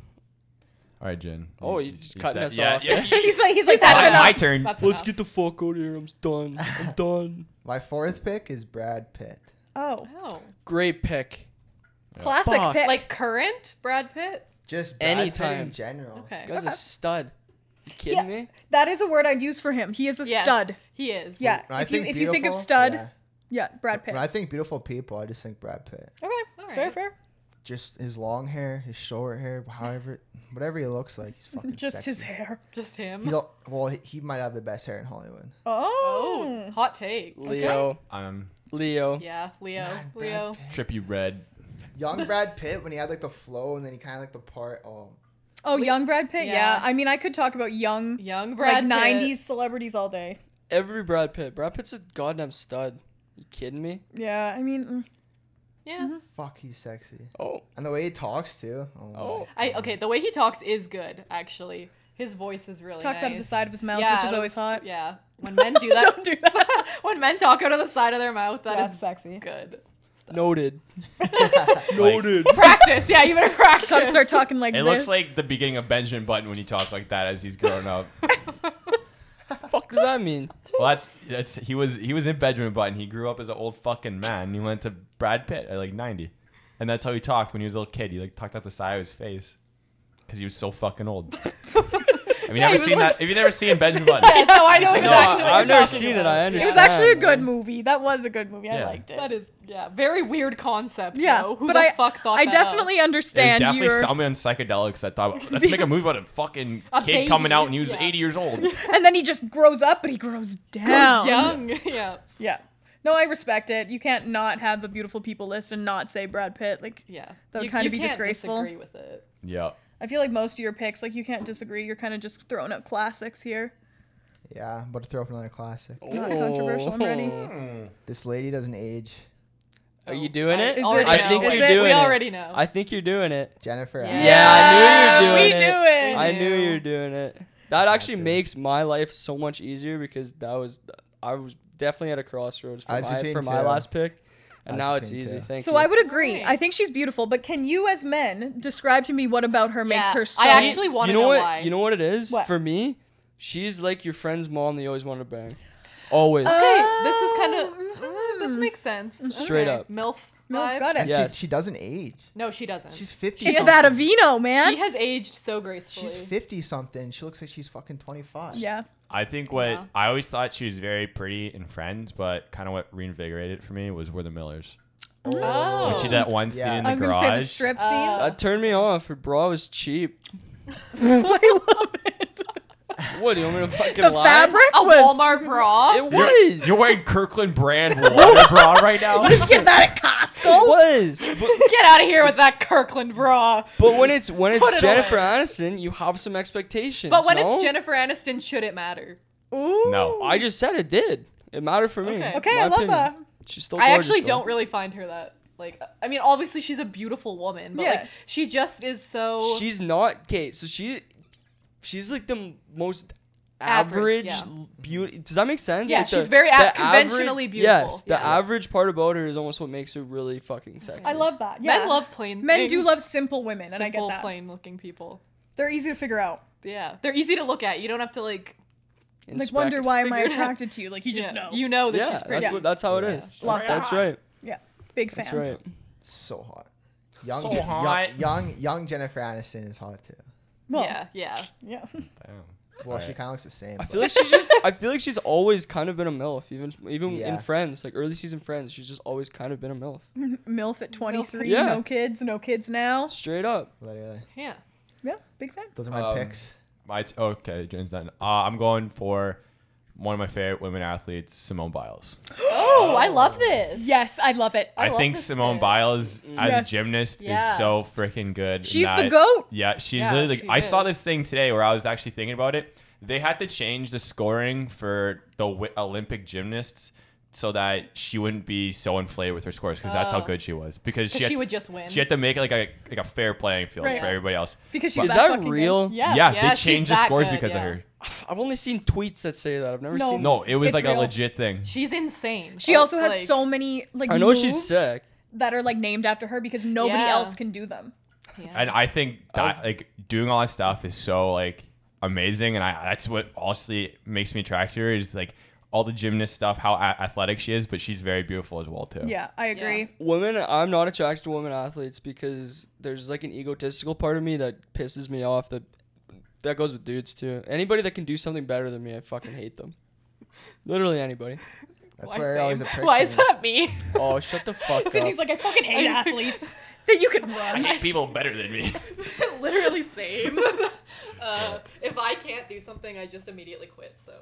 All right, Jen.
Oh, you just cutting
said-
us
yeah,
off.
Yeah,
He's like, he's like,
my,
that's enough.
my turn.
That's
Let's
enough.
get the fuck out of here. I'm done. I'm done.
My fourth pick is Brad Pitt.
Oh,
Oh.
Great pick.
classic
Fuck.
pick.
Like current Brad Pitt?
Just Brad Pitt
Anytime.
in general.
Okay.
Guy's a stud. You kidding me?
that is a word I'd use for him. He is a
Yes,
stud.
He is.
Yeah.
When I
if you, if you think of
beautiful-
stud, yeah,
yeah.
Brad Pitt.
When I think beautiful people, I just think Brad Pitt.
Okay.
All
Fair,
right.
fair.
Just his long hair, his short hair, however, whatever he looks like, he's fucking
Just
sexy.
his hair.
Just
He
him.
don't, well, he, he might have the best hair in Hollywood.
Oh.
Oh, hot take.
Leo.
I'm
Leo.
Yeah, Leo.
God, Brad
Leo.
Pitt.
trippy red.
Young Brad Pitt when he had like the flow and then he kind of like the part. Oh,
Oh, young Brad Pitt. Yeah.
Yeah.
I mean, I could talk about young,
Young Brad
like
Pitt.
90s celebrities all day.
Every Brad Pitt. Brad Pitt's a goddamn stud. You kidding me?
Yeah. I mean, mm.
Yeah.
Mm-hmm.
fuck, he's sexy.
Oh.
And the way he talks too. Oh,
Oh.
I okay, the way he talks is good, actually. His voice is really
talks out of the
nice.
side of his mouth,
Yeah,
which is
it
always
was-
hot.
Yeah. When men do that
Don't do that.
when men talk out of the side of their mouth, that is
That's sexy.
good.
Noted.
Like,
Practice, yeah, you better practice.
Gotta start talking like
it
this.
looks like the beginning of Benjamin Button when he talks like that as he's growing up.
fuck does that mean?
well, that's that's he was he was in Benjamin Button. He grew up as an old fucking man. and He went to Brad Pitt at like 90, and that's how he talked when he was a little kid. He like talked out the side of his face because he was so fucking old. Have you
he
never
was
seen
like-
that? Have you never seen Benjamin Button?
Yeah, so I know exactly.
No,
what
I've
you're
never
talking
seen it.
about.
I
it
understand.
was actually a good
man.
movie. That was a good movie. I
Yeah.
liked it.
That is yeah, very weird concept.
yeah,
though. who
but
the
I,
fuck thought
I
that up?
definitely
There's
understand
definitely
your.
someone on psychedelics that thought, let's make a movie about a fucking
A
kid
baby,
coming out and he was
yeah.
80 years old.
And then he just grows up, but he grows down.
Who's young. Yeah,
Yeah. No, I respect it. You can't not have the beautiful people list and not say Brad Pitt. Like,
yeah.
That would
You-
kinda
you
be
can't
disgraceful.
Disagree with it.
yeah.
I feel like most of your picks, like you can't disagree. You're kind of just throwing out classics here.
yeah, I'm about to throw up another classic.
Not controversial, I'm ready.
Oh.
This lady doesn't age.
Are you doing it?
Is
Already
it-
I think
know.
is
you're
it-
doing
We
it.
already know.
I think you're doing it.
Jennifer.
Yeah.
Aniston.
Yeah, I knew you were
we
doing it.
knew it.
I knew
knew.
you were doing it. That actually
to.
makes my life so much easier because that was I was definitely at a crossroads for
I was
my,
between
for my
two.
last pick, and
was
now it's
between
easy.
two.
Thank
So
you.
I would agree.
Alright.
I think she's beautiful, but can you, as men, describe to me what about her makes
Yeah,
her so?
I actually want
you
to
know,
know,
what
why.
you know what it is
What?
for me. She's like your friend's mom that you always want to bang, always.
okay, this is kind of this makes sense.
Straight
Okay,
up.
milf.
Mm, Milf
vibe.
got it.
And
Yes.
she, she doesn't age.
No, she doesn't.
She's 50.
It's
something.
that Avino, man.
she has aged so gracefully.
She's 50 something. She looks like she's fucking 25.
yeah.
I think what
Yeah.
I always thought she was very pretty in Friends, but kind of what reinvigorated it for me was We're the Millers.
oh,
When she did that one scene
Yeah.
I
in
was
the
gonna say the
garage.
strip
Uh,
That turned me off. Her bra was cheap.
scene. I love it.
What do you want me to fucking
The
lie?
fabric
a
was.
Walmart bra.
It
you're,
was.
you're wearing Kirkland brand water bra right now.
Let's get that at Costco.
It was. But,
Get out of here with that Kirkland bra.
but when it's when it's
it
Jennifer
away.
Aniston, you have some expectations.
But when
no?
it's Jennifer Aniston, should it matter?
Ooh.
No.
I just said it did. It mattered for me.
Okay.
Okay,
My
I love
opinion.
that.
She's still.
I
gorgeous,
actually
though.
don't really find her that like. I mean, obviously she's a beautiful woman, but
Yeah.
like she just is so.
She's not Kate. So she, she's like the m- most average,
Average, yeah.
l- beauty. Does that make sense?
Yeah,
Like
she's
the-
very
the
a-
average-
conventionally beautiful.
Yes, the
Yeah.
average part about her is almost what makes her really fucking sexy.
I love that. Yeah.
men love plain.
Men
things.
do love simple women, and I get
Simple,
that.
plain looking people.
They're easy to figure out.
Yeah, they're easy to look at. You don't have to like.
Inspect.
Like, wonder why am I
Figure it out.
attracted to you? Like, you just
yeah,
know.
You know that
Yeah,
she's pretty.
that's what. That's how it is.
Love that.
That's right.
yeah. Big fan.
That's right.
So hot. Young,
So
young-
hot.
Young, young Jennifer Aniston is hot too.
Well, yeah.
yeah, yeah.
yeah.
Damn.
Well, she
Alright.
kind of looks the same.
I
but-
feel like she's just. I feel like she's always kind of been a milf, even even in
Yeah.
Friends, like early season Friends. She's just always kind of been a milf.
MILF at 23,
Yeah.
no kids, no kids now.
Straight up.
Literally.
Yeah.
Yeah, big fan.
Those are my
Um,
picks.
My t- okay, Jen's done. Uh, I'm going for one of my favorite women athletes, Simone Biles.
Oh, I love this.
Yes, I love it.
I,
love
think
this
Simone
pick.
Biles as
Yes.
a gymnast
Yeah.
is so freaking good.
She's the
that-
goat.
Yeah, she's
Yeah,
literally.
she
I saw
is.
this thing today where I was actually thinking about it. They had to change the scoring for the wi- Olympic gymnasts so that she wouldn't be so inflated with her scores because that's how
Oh.
good she was. Because she
Because
had,
she would just win.
she had to make it like a like a fair playing field
Right.
for everybody else.
Because she's
But-
Is that
fucking good.
real?
Yeah.
Yeah,
Yeah,
they
she's
changed the
that
scores
good,
because
yeah.
of her.
I've only seen tweets that say that. I've never
No.
seen.
No, it was
It's
like
real.
a legit thing.
She's insane.
She also has
Oh, Like,
so many like
I know she's
moves
sick.
that are like named after her because nobody
Yeah.
else can do them.
yeah.
And I think that
I've-
like doing all that stuff is so like amazing, and I that's what honestly makes me attracted to her is like all the gymnast stuff, how a- athletic she is, but she's very beautiful as well too.
Yeah, I agree.
Yeah.
Women, I'm not attracted to women athletes because there's like an egotistical part of me that pisses me off. That that goes with dudes too. Anybody that can do something better than me, I fucking hate them. Literally anybody.
That's
Why
where
same?
always a prick
Why
to
is
me.
that me?
Oh, shut the fuck up.
Sydney's like, I fucking hate athletes that you can
I
run.
hate people better than me.
Literally same. uh, if I can't do something, I just immediately quit. So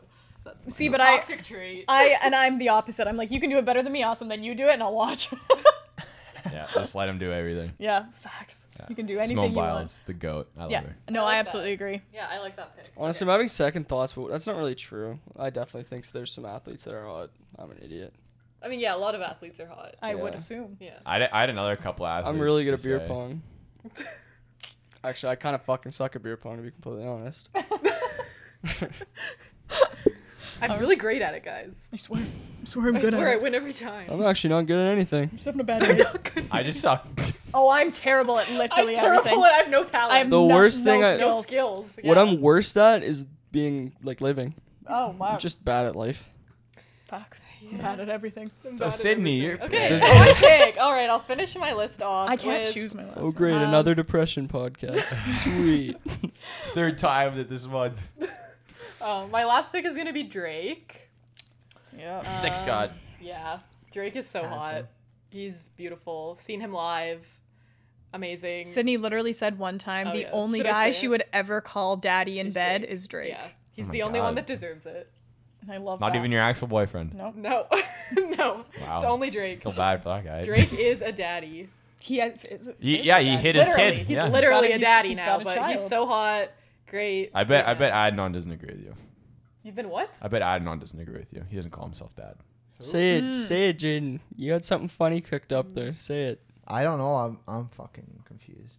that's
See,
a
but I-
toxic trait.
I and I'm the opposite. I'm like, you can do it better than me, awesome. Then you do it, and I'll watch.
yeah, just let him do everything.
yeah, facts. You can do anything
Simone
you
Biles, the goat. I love
want. Yeah,
her.
no,
I like
I
that.
absolutely agree.
yeah, I like that pick.
Honestly, I'm having second thoughts, but that's not really true. I definitely think there's some athletes that are hot. I'm an idiot.
I mean, yeah, a lot of athletes are hot.
I would
Yeah.
assume.
yeah.
I had, I had another couple athletes.
I'm really good
to
at beer
say.
pong. Actually, I kind of fucking suck at beer pong to be completely honest.
I'm really great at it, guys.
I swear, I swear, I'm
I
good
swear
at
I
it.
win every time.
I'm actually not good at anything.
I'm just having a bad day.
I just suck.
oh, I'm terrible at
I'm
literally
terrible
everything.
at I have no talent.
I have
The
no,
worst thing
no
I-
no
skills.
skills.
What
yeah.
I'm worst at is being like living.
Oh wow,
I'm just bad at life.
facts. I'm bad at everything.
so Sydney, you're
Okay,
bad.
so I pick. All right, I'll finish my list off.
I can't
with-
choose my last.
Oh great,
Um,
another depression podcast. Sweet.
third time that this month.
Uh, my last pick is gonna be Drake.
Yeah.
Six
Um,
God.
Yeah, Drake is so hot.
Handsome.
He's beautiful. Seen him live, amazing.
Sydney literally said one time
Oh,
the
yeah.
only
Should I
guy
say
she
it?
would ever call daddy in
He's
bed
Drake.
is Drake.
Yeah, he's
Oh my
the only one
God.
that deserves it.
And I love
Not
that.
even your actual boyfriend.
No.
No, no,
Wow.
it's only Drake.
Feel bad for that guy.
Drake is a daddy.
He has, is,
He-
is
yeah,
a
he
dad.
hit his
literally,
kid.
he's
yeah.
literally
He's got a-
a daddy
he's- he's
now,
got a
but he's
child.
so hot. Great.
I bet
great
I bet
man.
Adnan doesn't agree with you.
You've been what?
I bet Adnan doesn't agree with you. He doesn't call himself dad.
say it, say it, Jaden. You had something funny cooked up there. Say it.
I don't know. I'm I'm fucking confused.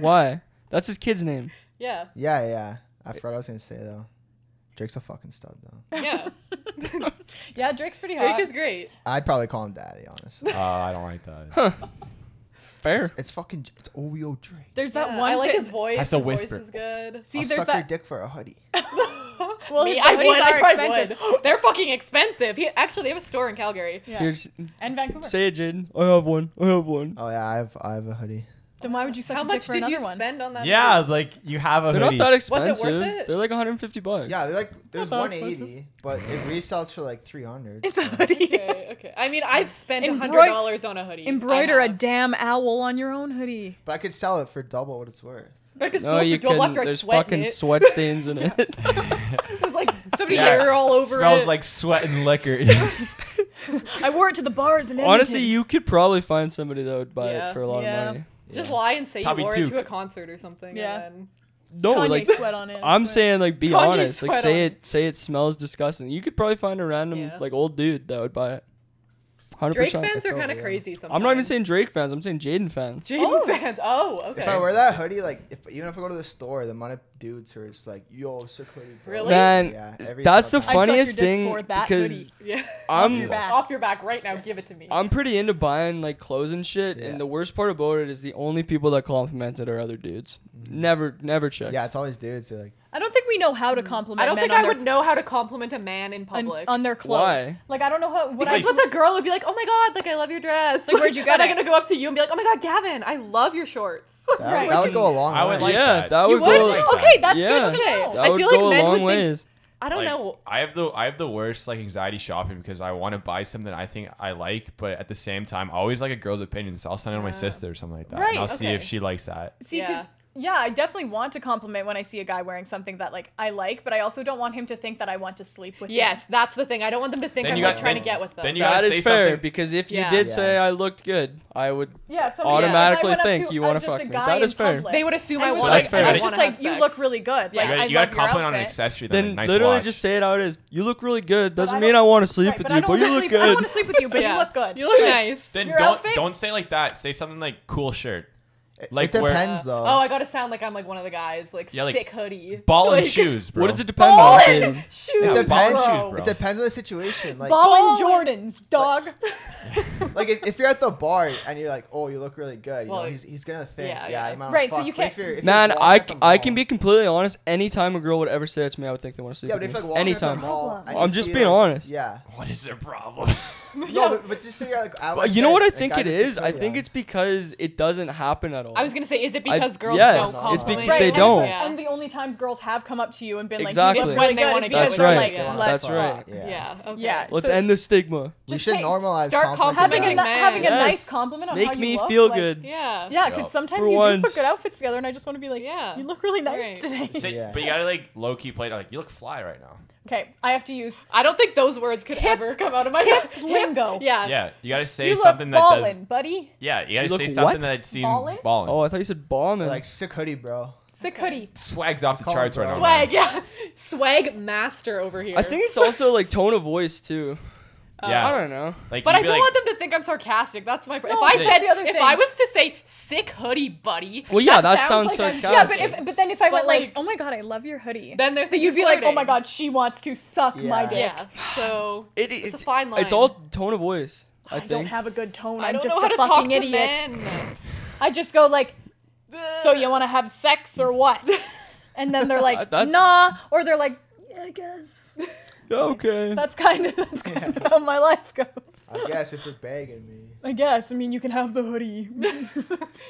Why? That's his kid's name.
Yeah,
Yeah, yeah. I forgot what I was gonna say though. Drake's a fucking stud though.
yeah.
Yeah, Drake's pretty hot.
Drake is great.
I'd probably call him daddy, honestly.
Uh, I don't like that.
Fair.
It's fucking it's Oreo Drake.
There's
Yeah,
that one.
I like
bit-
his voice.
That's a
his
whisper.
Voice is good.
See,
I'll
there's
suck your
that.
dick for a hoodie.
Well,
Me,
his
I
hoodies
would.
are
I probably
expensive.
would. They're fucking expensive. He actually they have a store in Calgary.
Yeah.
Here's,
and Vancouver.
say it, Jaden. I have one. I have one.
Oh yeah, I have I have a hoodie.
then why would you suck
How
his dick
much
for
did
another
you
one?
spend on that?
Yeah, like you have a
They're not
hoodie.
that
worth
expensive.
it?
They're like 150 bucks.
Yeah, they're like there's
that
one
expensive.
eighty, but it resells for like three hundred.
It's a hoodie.
Okay, okay. I mean, I've spent a
Embroi-
hundred dollars on a hoodie.
Embroider
I
a
have.
damn owl on your own hoodie.
But I could sell it for double what it's worth.
Like a
No,
soap
you
you
couldn't.
after I
There's
sweat
fucking
in it.
sweat stains in it.
It was like somebody's
Yeah.
hair all over
Smells
it.
like sweat and liquor.
I wore it to the bars and
Honestly,
Edmonton.
you could probably find somebody that would buy
Yeah.
it for a lot
Yeah.
of money.
just lie and say
Tommy
you wore it to
Duke.
a concert or something.
Yeah.
And
No,
Kanye
like
sweat on it.
I'm
sweat.
saying, like be
Kanye
honest. Like
sweat
say
on
it. Say it smells disgusting. You could probably find a random
Yeah.
like old dude that would buy it.
then
Hundred
Drake
percent.
fans
That's
are kind of
over, yeah.
crazy. Sometimes
I'm not even saying Drake fans. I'm saying Jaden fans.
Jaden
Oh.
fans. Oh, okay.
If I wear that hoodie, like if even if I go to the store, the amount of dudes who are just like, "Yo, sick hoodie, bro."
Really?
Man,
Yeah, every
that's the
single
I'd suck your
funniest
dick
thing
for that
because
hoodie.
yeah.
Uh,
I'm
back.
Off your back right now. Give it to me.
I'm pretty into buying like clothes and shit,
Yeah.
and the worst part about it is the only people that compliment it are other dudes. Never, never chicks.
Mm-hmm. Yeah, it's always dudes who are like,
I don't think we know how to compliment.
Mm. I don't
men
think
on
I
their-
would know how to compliment a man in
on,
public.
on their clothes.
Why?
Like I don't know how. What I
That's what the girl would be like, oh my god, like I love your dress.
Like, where'd you get
And I'm
it?
gonna go up to you and be like, oh my god, Gavin, I love your shorts.
that,
Right.
that would go a long
I
way.
would like
yeah,
that.
that, would
you would.
go.
like
okay,
that.
that's
yeah,
good to know.
That
I
would
feel like
go a
men
long
would think-
ways.
I don't know.
I have the I have the worst like anxiety shopping because I want to buy something I think I like, but at the same time, I always like a girl's opinion. So I'll send it to my sister or something like that,
Right,
and I'll see if
okay.
she likes that.
See, because
Yeah.
yeah, I definitely want to compliment when I see a guy wearing something that like I like, but I also don't want him to think that I want to sleep with
Yes,
him.
that's the thing. I don't want them to think
Then
I'm
you
like
got-
trying
then-
to get with them.
then you
That
gotta
is
say
fair
something-
because if you
Yeah.
did say
Yeah.
I looked good, I would.
Yeah, so
Automatically
yeah, if I went
think
up
you
uh,
wanna
just a
fuck me.
guy
That
in
is fair.
public,
they would assume I
I
want.
was
So
like,
that's fair.
I
That
was
is-
just like, you look really good.
You
Like,
gotta,
I
you gotta
love your
compliment on an
outfit.
accessory. Then,
Then
nice
literally
watch.
just say it out as you look really good. Doesn't
I
mean
don't-
I want to sleep
Right,
with
but I
you,
don't
but you
wanna
look
sleep- I don't
good.
want to sleep with you, but
Yeah.
you look good.
You look nice.
Then
Your
don't
outfit?
don't say like that. Say something like cool shirt,
It-
Like
it
where-
depends though.
Oh, I gotta sound like I'm like one of the guys, like
uh, Yeah, like,
sick hoodie,
ball
like,
and shoes, bro.
What does it depend on? Jaden?
Shoes.
Yeah,
it
ball and
depends.
shoes, bro.
It depends on the situation. Like,
Ball and Jordans, dog.
like if, if you're at the bar and you're like, oh, you look really good. You
Well,
know, he's, he's gonna think,
yeah,
yeah,
yeah.
you might wanna
Right, so
fuck.
you
But if
can't-
you're- if you're
Man,
walking
I,
at the
c- I can
mall-
be completely honest. Anytime a girl would ever say that to me, I would think they want to sleep
Yeah, but
with
if like
me.
walking at the
Anytime.
mall, and
I'm
you
just
see,
being
like-
honest.
Yeah.
What is their problem?
No, but, but just say you're like. I
But
was
you know what I
sick, like,
think
I
it
just
is?
look
I
good,
think
yeah.
it's because it doesn't happen at all.
I was gonna say, is it
I-
because girls
yes,
don't
it's
compliment?
because
Right,
they
and it's-
don't.
Yeah.
And the only times girls have come up to you and been
Exactly.
like, you look really
When they
good
wanna
is
get
because
with
they're
you.
like,
Yeah.
let's
That's
fuck.
right.
yeah.
Yeah.
okay.
Yeah.
Let's
so-
end the stigma.
We
Just
should
take-
normalize.
start
Having a,
complimenting
complimenting
ni- having a
Yes.
nice compliment on how
Make
you
me
look,
feel
like-
good.
Yeah.
Yeah,
Yeah.
because sometimes
For
you do
once.
put good outfits together, and I just want to be like,
Yeah.
you look really nice
Right.
today.
Say-
Yeah.
But you gotta like low key play it out, like you look fly right now.
Okay, I have to use
I don't think those words could
Hip-
ever come out of my
hip
mouth.
lingo.
Yeah.
Yeah, you gotta say
you look
something that does.
ballin', buddy.
Yeah, you gotta
You look
say something
what?
that I'd seen
Ballin'?
balling.
Oh, I thought you said bomb. and-
Like sick hoodie, bro.
Sick hoodie.
Swag's off the
Call it
charts right now.
bro.
man.
Swag. Yeah. Swag master over here.
I think it's also like tone of voice too.
Yeah.
I don't know.
Like,
But
you'd
I
be
don't
like,
want them to think I'm sarcastic. That's my. pr-
No,
if I
that's
said,
the other
if
thing.
I was to say "sick hoodie, buddy,"
Well, yeah, that sounds
like I'm-
sarcastic.
Yeah, but if but then if I
But
went like,
like-
oh my god, I love your hoodie,
Then they're
But you'd be like, oh my
flirting.
god, she wants to suck my
Yeah.
dick.
Yeah. So
It-
it's a
it-
fine line.
It's all tone of voice. I,
I,
think.
don't have a good tone.
I
I'm
don't
just
know how
a
to talk
fucking
to
idiot.
men. Uh.
I just go like, so you want to have sex or what? And then they're like,
That's-
nah, or they're like, yeah, I guess.
okay.
That's kind of that's kind of how my life goes.
I guess if you're begging me.
I guess. I mean, you can have the hoodie.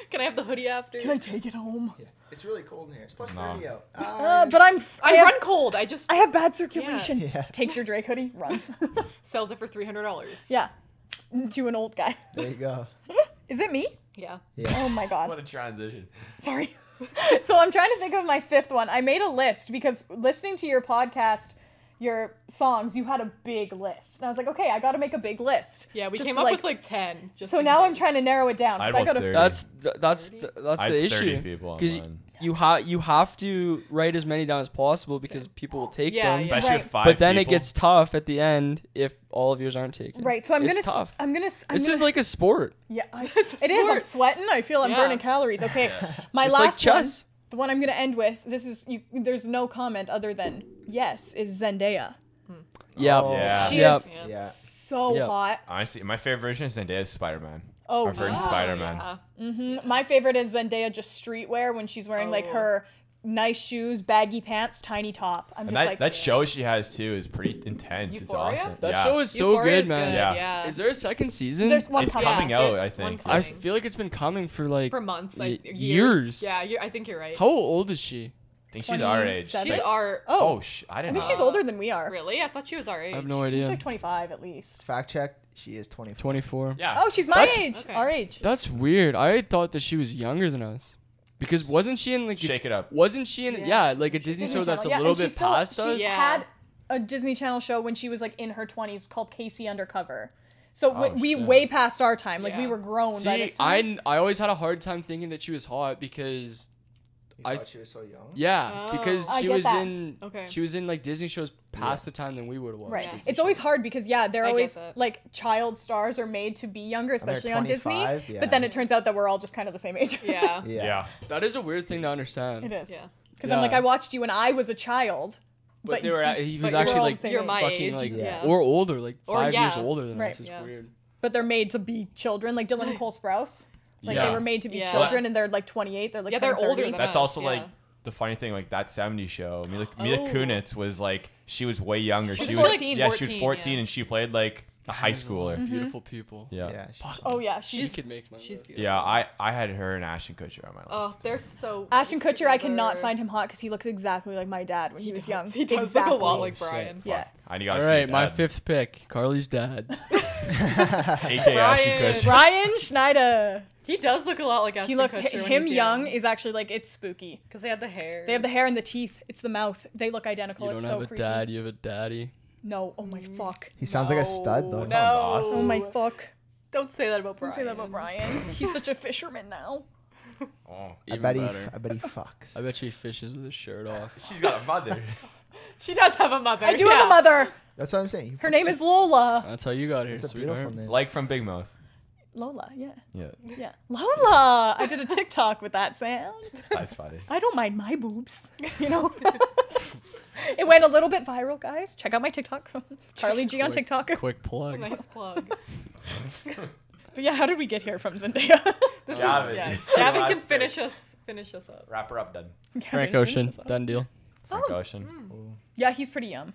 Can I have the hoodie after?
Can I take it home?
Yeah. It's really cold in here. It's plus
No.
30 out.
Uh, but I'm. f- I
I
have,
run cold. I just
I have bad circulation.
Yeah.
Takes your Drake hoodie, runs.
sells it for three hundred dollars.
yeah, to an old guy.
there you go.
Is it me?
Yeah.
Oh my god.
what a transition.
Sorry. so I'm trying to think of my fifth one. I made a list because listening to your podcast, your songs, you had a big list. And I was like, okay, I got to make a big list.
Yeah. We
Just
came
to,
up with like ten. Just
So
in
now I'm
case.
trying to narrow it down. 'cause
I'd
I
want
got
30.
to.
That's th- that's th- that's
I
the
had 30
issue.
people online.
you have you have to write as many down as possible because people will take
Yeah,
them.
yeah.
Especially
Right.
if five
But then it
people-
gets tough at the end if all of yours aren't taken.
Right, so I'm
It's
gonna. s-
tough.
I'm gonna. s- I'm
this
gonna,
is like a sport.
Yeah, I, it is. I'm
sport.
sweating. I feel I'm
Yeah.
burning calories. Okay, my
It's like
last
chess.
one, the one I'm gonna end with. This is. You, there's no comment other than yes. Is Zendaya?
Yeah.
Oh.
Yeah.
She
Yep.
is
Yeah.
Yeah.
so
Yep.
hot.
Honestly, my favorite version is Zendaya's Spider Man.
Oh,
I've heard
yeah.
Spider Man.
Oh, Yeah.
My favorite is Zendaya just streetwear when she's wearing like
Oh.
her nice shoes, baggy pants, tiny top. I'm just
And that,
like
that show she has too is pretty intense.
Euphoria?
It's awesome.
That
yeah.
show is so
Euphoria
good,
is
man.
Yeah.
Yeah.
Is there a second season?
There's one
It's
coming.
coming
Yeah,
out,
it's
I
one
think.
I
coming.
feel like it's been coming for like
for months,
y-
like years. Yeah. You're, I think you're right.
How old is she?
I think she's our age.
27?
She's
Like-
our.
Oh,
oh, sh- I
I
didn't
think
know.
she's older than we are.
Really? I thought she was our age.
I have no
She's
idea.
like 25 at least.
Fact check. She is 24.
24.
Yeah.
Oh, she's my
That's-
age.
okay.
Our age.
That's weird. I thought that she was younger than us. Because wasn't she in like a-
Shake it up.
Wasn't she in yeah, like a Disney show that's a
Channel. Yeah,
little
and she
bit
still-
past us?
She
Yeah.
had a Disney Channel show when she was like in her 20s called Casey Undercover. So
Oh,
we, we
shit.
way past our time. Like we
Yeah.
were grown. by
See,
this time.
I I always had a hard time thinking that she was hot because
You
I-
thought she was so young.
yeah, because
Oh.
I
she
get
was
that.
in
Okay.
she was in like Disney shows past the time than we would have watched.
Right.
Yeah.
Disney
It's always
shows.
hard because yeah, they're
I get
always
that.
like child stars are made to be younger,
they're
especially on Disney.
25, yeah.
But then it turns out that we're all just kind of the same age.
Yeah.
Yeah.
Yeah.
That is a weird thing to understand.
it is.
Yeah.
Because I'm like,
Yeah.
I watched you when I was a child.
But, they were at- he was
but you're
actually
all
like
the same
You're my
fucking
age.
like
yeah.
or older, like 5
Or
years
yeah.
older than
Right.
us. It's
Yeah.
weird.
But they're made to be children, like Dylan and Cole Sprouse. Like
Yeah.
they were made to be
Yeah.
children, and they're like 28. They're like
Yeah, they're
turning 30.
older than
That's
Yeah.
also like
Yeah.
the funny thing, like that 70s show. Mila, Mila
Oh.
Kunitz was like, she was way younger.
She
she
was
was
like
Yeah, she
14,
was
yeah.
14 and she played like a high schooler.
Beautiful people.
Yeah.
Yeah.
Yeah,
she-
Mm-hmm. Oh yeah,
She
she's
could make my
She's
list.
beautiful.
I, I had her and Ashton Kutcher on my list.
Oh, they're so.
Ashton
nice
Kutcher. I cannot
together.
find him hot because he looks exactly like my dad when he, was young.
He does
exactly.
look a lot
Holy
like
shit.
Brian.
yeah.
I got
All
to
right, my fifth pick, Carly's dad.
AK Ashton
Brian.
Kutcher.
Brian Schneider.
He does look a lot like Ashton
he looks
Kutcher when
him
he's
young is actually like it's spooky.
because they had the hair.
They have the hair and the teeth. It's the mouth. They look identical.
You don't
it's
have
so
a
creepy.
dad, you have a daddy.
No. Oh
Mm.
my fuck.
He sounds like a stud though.
No.
Sounds awesome.
Oh my fuck.
Don't say that about Brian.
Don't say that about Brian. He's such a fisherman now.
Oh.
I
Even
bet he,
better.
f- I bet he fucks.
I bet she fishes with his shirt off.
She's got a mother.
She does have a mother.
I do have a mother.
That's what I'm saying. He
Her
fucks.
name is Lola.
That's how you got here,
It's a
sweetheart.
beautiful name.
like from Big Mouth.
Lola. Yeah.
Yeah.
Yeah. Lola. I did a TikTok with that sound.
That's funny.
I don't mind my boobs, you know. it went a little bit viral, guys. Check out my TikTok, Charlie G on
Quick-
TikTok.
Quick
Oh
plug.
Nice plug.
But yeah, how did we get here from Zendaya?
This
Gavin.
is yeah.
Last
Gavin can
pick.
finish us finish us up.
Wrap her up then.
Frank Ocean. Done deal.
Frank
Oh.
Ocean.
Mm.
Yeah, he's pretty young.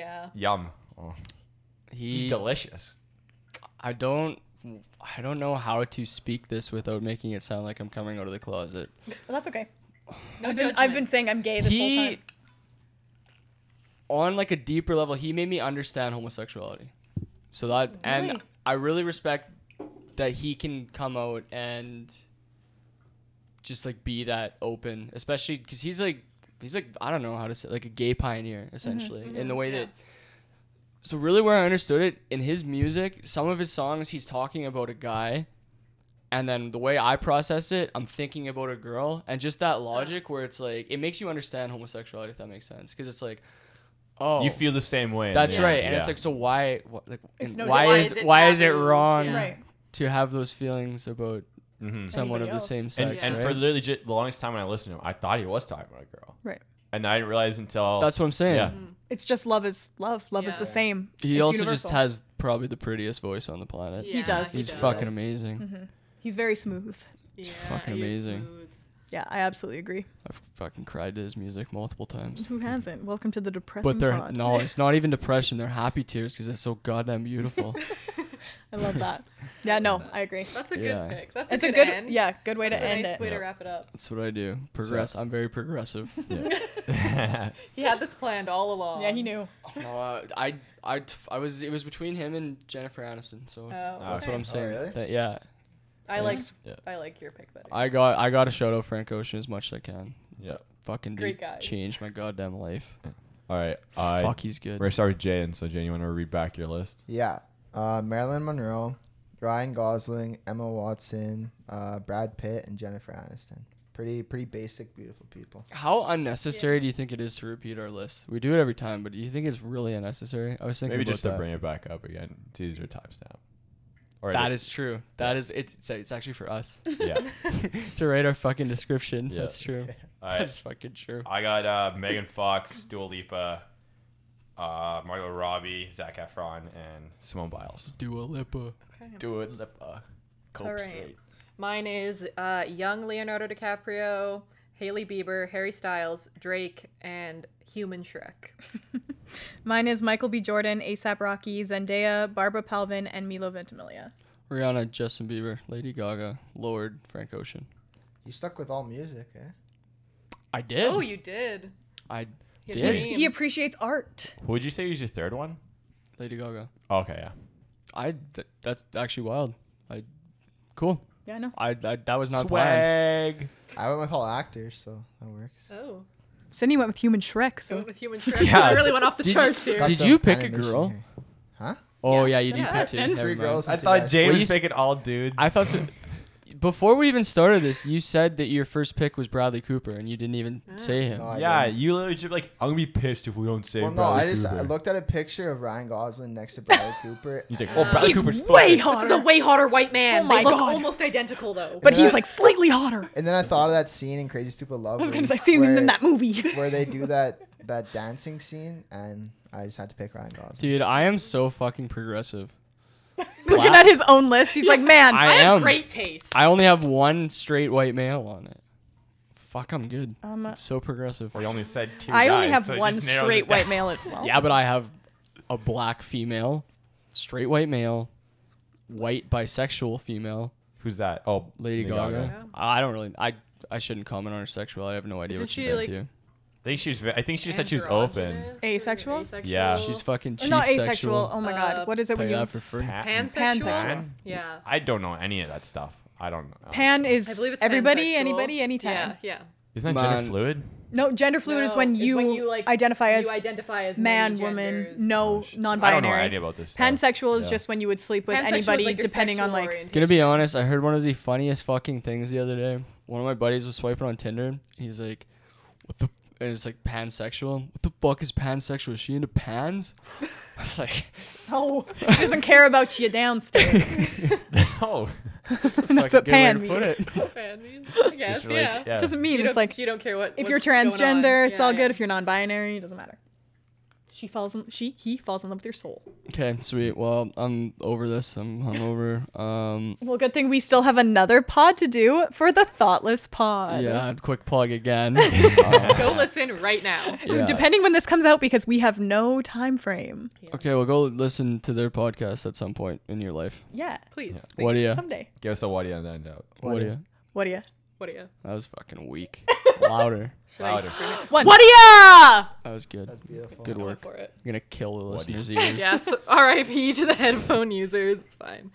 Yeah.
Yum. Oh.
He.
He's delicious.
I don't. I don't know how to speak this without making it sound like I'm coming out of the closet.
But that's okay.
No
I've been, I've been saying I'm gay this whole
He.
time.
On like a deeper level, he made me understand homosexuality. So that and
Really?
I really respect that he can come out and just like be that open, especially because he's like he's like I don't know how to say like a gay pioneer essentially
Mm-hmm,
in the way
yeah.
that. So really, where I understood it in his music, some of his songs he's talking about a guy, and then the way I process it, I'm thinking about a girl, and just that logic where it's like it makes you understand homosexuality if that makes sense, because it's like, oh,
You feel the same way. in
that's
the
right,
end,
and it's
yeah.
like so why, wh- like,
It's
and
no
why,
different.
is why is it
taboo?
wrong
Yeah.
Right.
to have those feelings about
Mhm.
someone
Anybody
of
else.
the same
And,
sex?
and
right?
for the legit the longest time when I listened to him, I thought he was talking about a girl.
Right.
And I didn't realize until
that's what I'm saying.
Yeah.
It's just love is love. Love is
Yeah.
the same.
He
It's
also
universal.
just has probably the prettiest voice on the planet.
Yeah,
He does.
He's
does.
fucking amazing.
Mm-hmm. He's very smooth.
Yeah,
fucking
he is
amazing.
smooth.
Yeah, I absolutely agree.
I've fucking cried to his music multiple times.
Who hasn't? Welcome to the depressing
But they're
pod.
no, it's not even depression. They're happy tears because it's so goddamn beautiful.
I love that. Yeah, no, I agree.
That's a good
Yeah.
pick. That's
It's
a
a
good,
good,
end.
yeah, good way to
That's a
end
nice
it.
way to
Yeah.
wrap it up.
That's what I do. Progress. I'm very progressive.
yeah.
He had this planned all along.
Yeah, he knew.
no, uh, I, I, I was. It was between him and Jennifer Aniston. So
Oh,
that's
okay.
what I'm saying.
really?
That- yeah,
I like
Yeah.
I like your pick better.
I got. I got to shout out Frank Ocean as much as I can.
yeah.
Fucking dude
Great guy.
changed my goddamn life.
All right. I,
Fuck, he's good.
We're gonna start with Jay, and so Jay, you want to read back your list?
Yeah. Uh, Marilyn Monroe, Ryan Gosling, Emma Watson, uh, Brad Pitt, and Jennifer Aniston. Pretty, pretty basic, beautiful people.
How unnecessary do you think it is to repeat our list? We do it every time, but do you think it's really unnecessary? I was thinking
Maybe
about
just to
that.
bring it back up again. It's easier timestamp. Or
That is true. That is it, it's, it's actually for us
yeah.
to write our fucking description.
Yeah.
That's true.
All right.
That's fucking true.
I got uh, Megan Fox, Dua Lipa, uh, Margot Robbie, Zach Efron, and Simone Biles.
Dua Lipa.
Dua Lipa. Cope
All right.
straight.
Mine is uh, young Leonardo DiCaprio, Haley Bieber, Harry Styles, Drake, and Human Shrek.
Mine is Michael B. Jordan, ASAP Rocky, Zendaya, Barbara Palvin, and Milo Ventimiglia.
Rihanna, Justin Bieber, Lady Gaga, Lord, Frank Ocean.
You stuck with all music, eh?
I did.
Oh, you did.
I
You
did.
did.
He's- He appreciates art.
Who would you say was your third one?
Lady Gaga.
Okay, yeah.
I. Th- that's actually wild. I. Cool.
Yeah, I know.
I. I that was not planned.
Swag.
I went with all actors, so that works.
Oh,
Sydney went with human Shrek,
so
so
with Human Shrek.
Yeah.
I really went off the
Did you-
charts here.
Got
Did
some
you pick a
animation
girl?
here. Huh?
Oh yeah, you did
Yeah.
pick two.
Ten.
Never
Three
mind.
girls.
I
and two
thought
guys.
Jay
Well, you
was
s-
picking all dudes.
I thought so. Before we even started this, you said that your first pick was Bradley Cooper, and you didn't even
Ah.
say him.
No, Oh, I
yeah,
didn't.
you literally just like, I'm gonna be pissed if we don't say
Well, no,
Bradley
I just I
Cooper."
looked at a picture of Ryan Gosling next to Bradley Cooper.
He's like, oh, Bradley
he's
Cooper's fucking-
way
This is a
hotter.
way hotter white man.
Oh my
they look
God.
almost identical though.
But he's like slightly hotter.
And then I thought of that scene in Crazy Stupid Love.
I was
where-
gonna say, seeing him
where-
in that movie.
where they do that that dancing scene, and I just had to pick Ryan Gosling.
Dude, I am so fucking progressive.
Looking
Wow.
at his own list, he's like, man,
I,
I have
am.
great taste.
I only have one straight white male on it. Fuck, I'm good.
Um,
I'm so progressive.
We only said two
I only
guys,
have
so it
one
just narrows
straight
it down.
white male as well.
Yeah, but I have a black female, straight white male, white bisexual female,
Who's that? Oh,
Lady Gaga.
Yeah.
I don't really. I I shouldn't comment on her sexuality. I have no idea
Isn't
what she's
she, like,
into.
I think she was. ve- I think she said she was open.
Androgynous?
Asexual?
Asexual?
Yeah.
She's fucking
Or
chief
not
sexual.
asexual. Oh my god,
Uh,
what is it
Tell
when
you
you?
that for free.
Pat-
pansexual.
Pansexual.
Yeah.
I don't know any of that stuff. I don't know.
Pan is
I believe it's
everybody,
pansexual.
anybody, anytime.
Yeah, yeah.
Isn't that gender
Man.
fluid?
No, gender fluid is when
No, it's
you,
like,
identify
you
as
identify as
man,
many
woman,
genders.
Oh,
no,
shit. I don't know
non-binary.
any about this. stuff.
Pansexual is
Yeah.
just when you would sleep with
Pansexual is,
anybody,
like, your
depending on
sexual
like.
orientation.
Gonna be honest, I heard one of the funniest fucking things the other day. One of my buddies was swiping on Tinder. and He's like, "What the?" And it's like pansexual. What the fuck is pansexual? Is she into pans? I was like,
Oh, she doesn't care about you downstairs.
Oh,
"That's
what pan
put it."
Fan means. I guess,
this relates-
yeah.
yeah.
doesn't mean
You
it's
don't-
like
you don't care what.
if
what's
you're
going on.
transgender, it's
Yeah,
all
yeah.
good. If you're non-binary, it doesn't matter. She falls in. She he falls in love with your soul.
Okay, sweet. Well, I'm over this. I'm hungover. Um,
Well, good thing we still have another pod to do for the thoughtless pod.
yeah. Quick plug again. Uh,
Go listen right now.
Yeah.
Depending when this comes out, because we have no time frame.
Okay, well, go listen to their podcast at some point in your life.
Yeah,
Please.
What do you?
someday.
give us a what do you end up?
What do you?
What do you?
What are you?
That was fucking weak. Louder.
Louder.
One.
What are ya?
That was good.
That's beautiful.
Good
Go
work.
for it.
You're gonna kill the
do you-
listeners' ears.
Yes. R.I.P. to the headphone users. It's fine.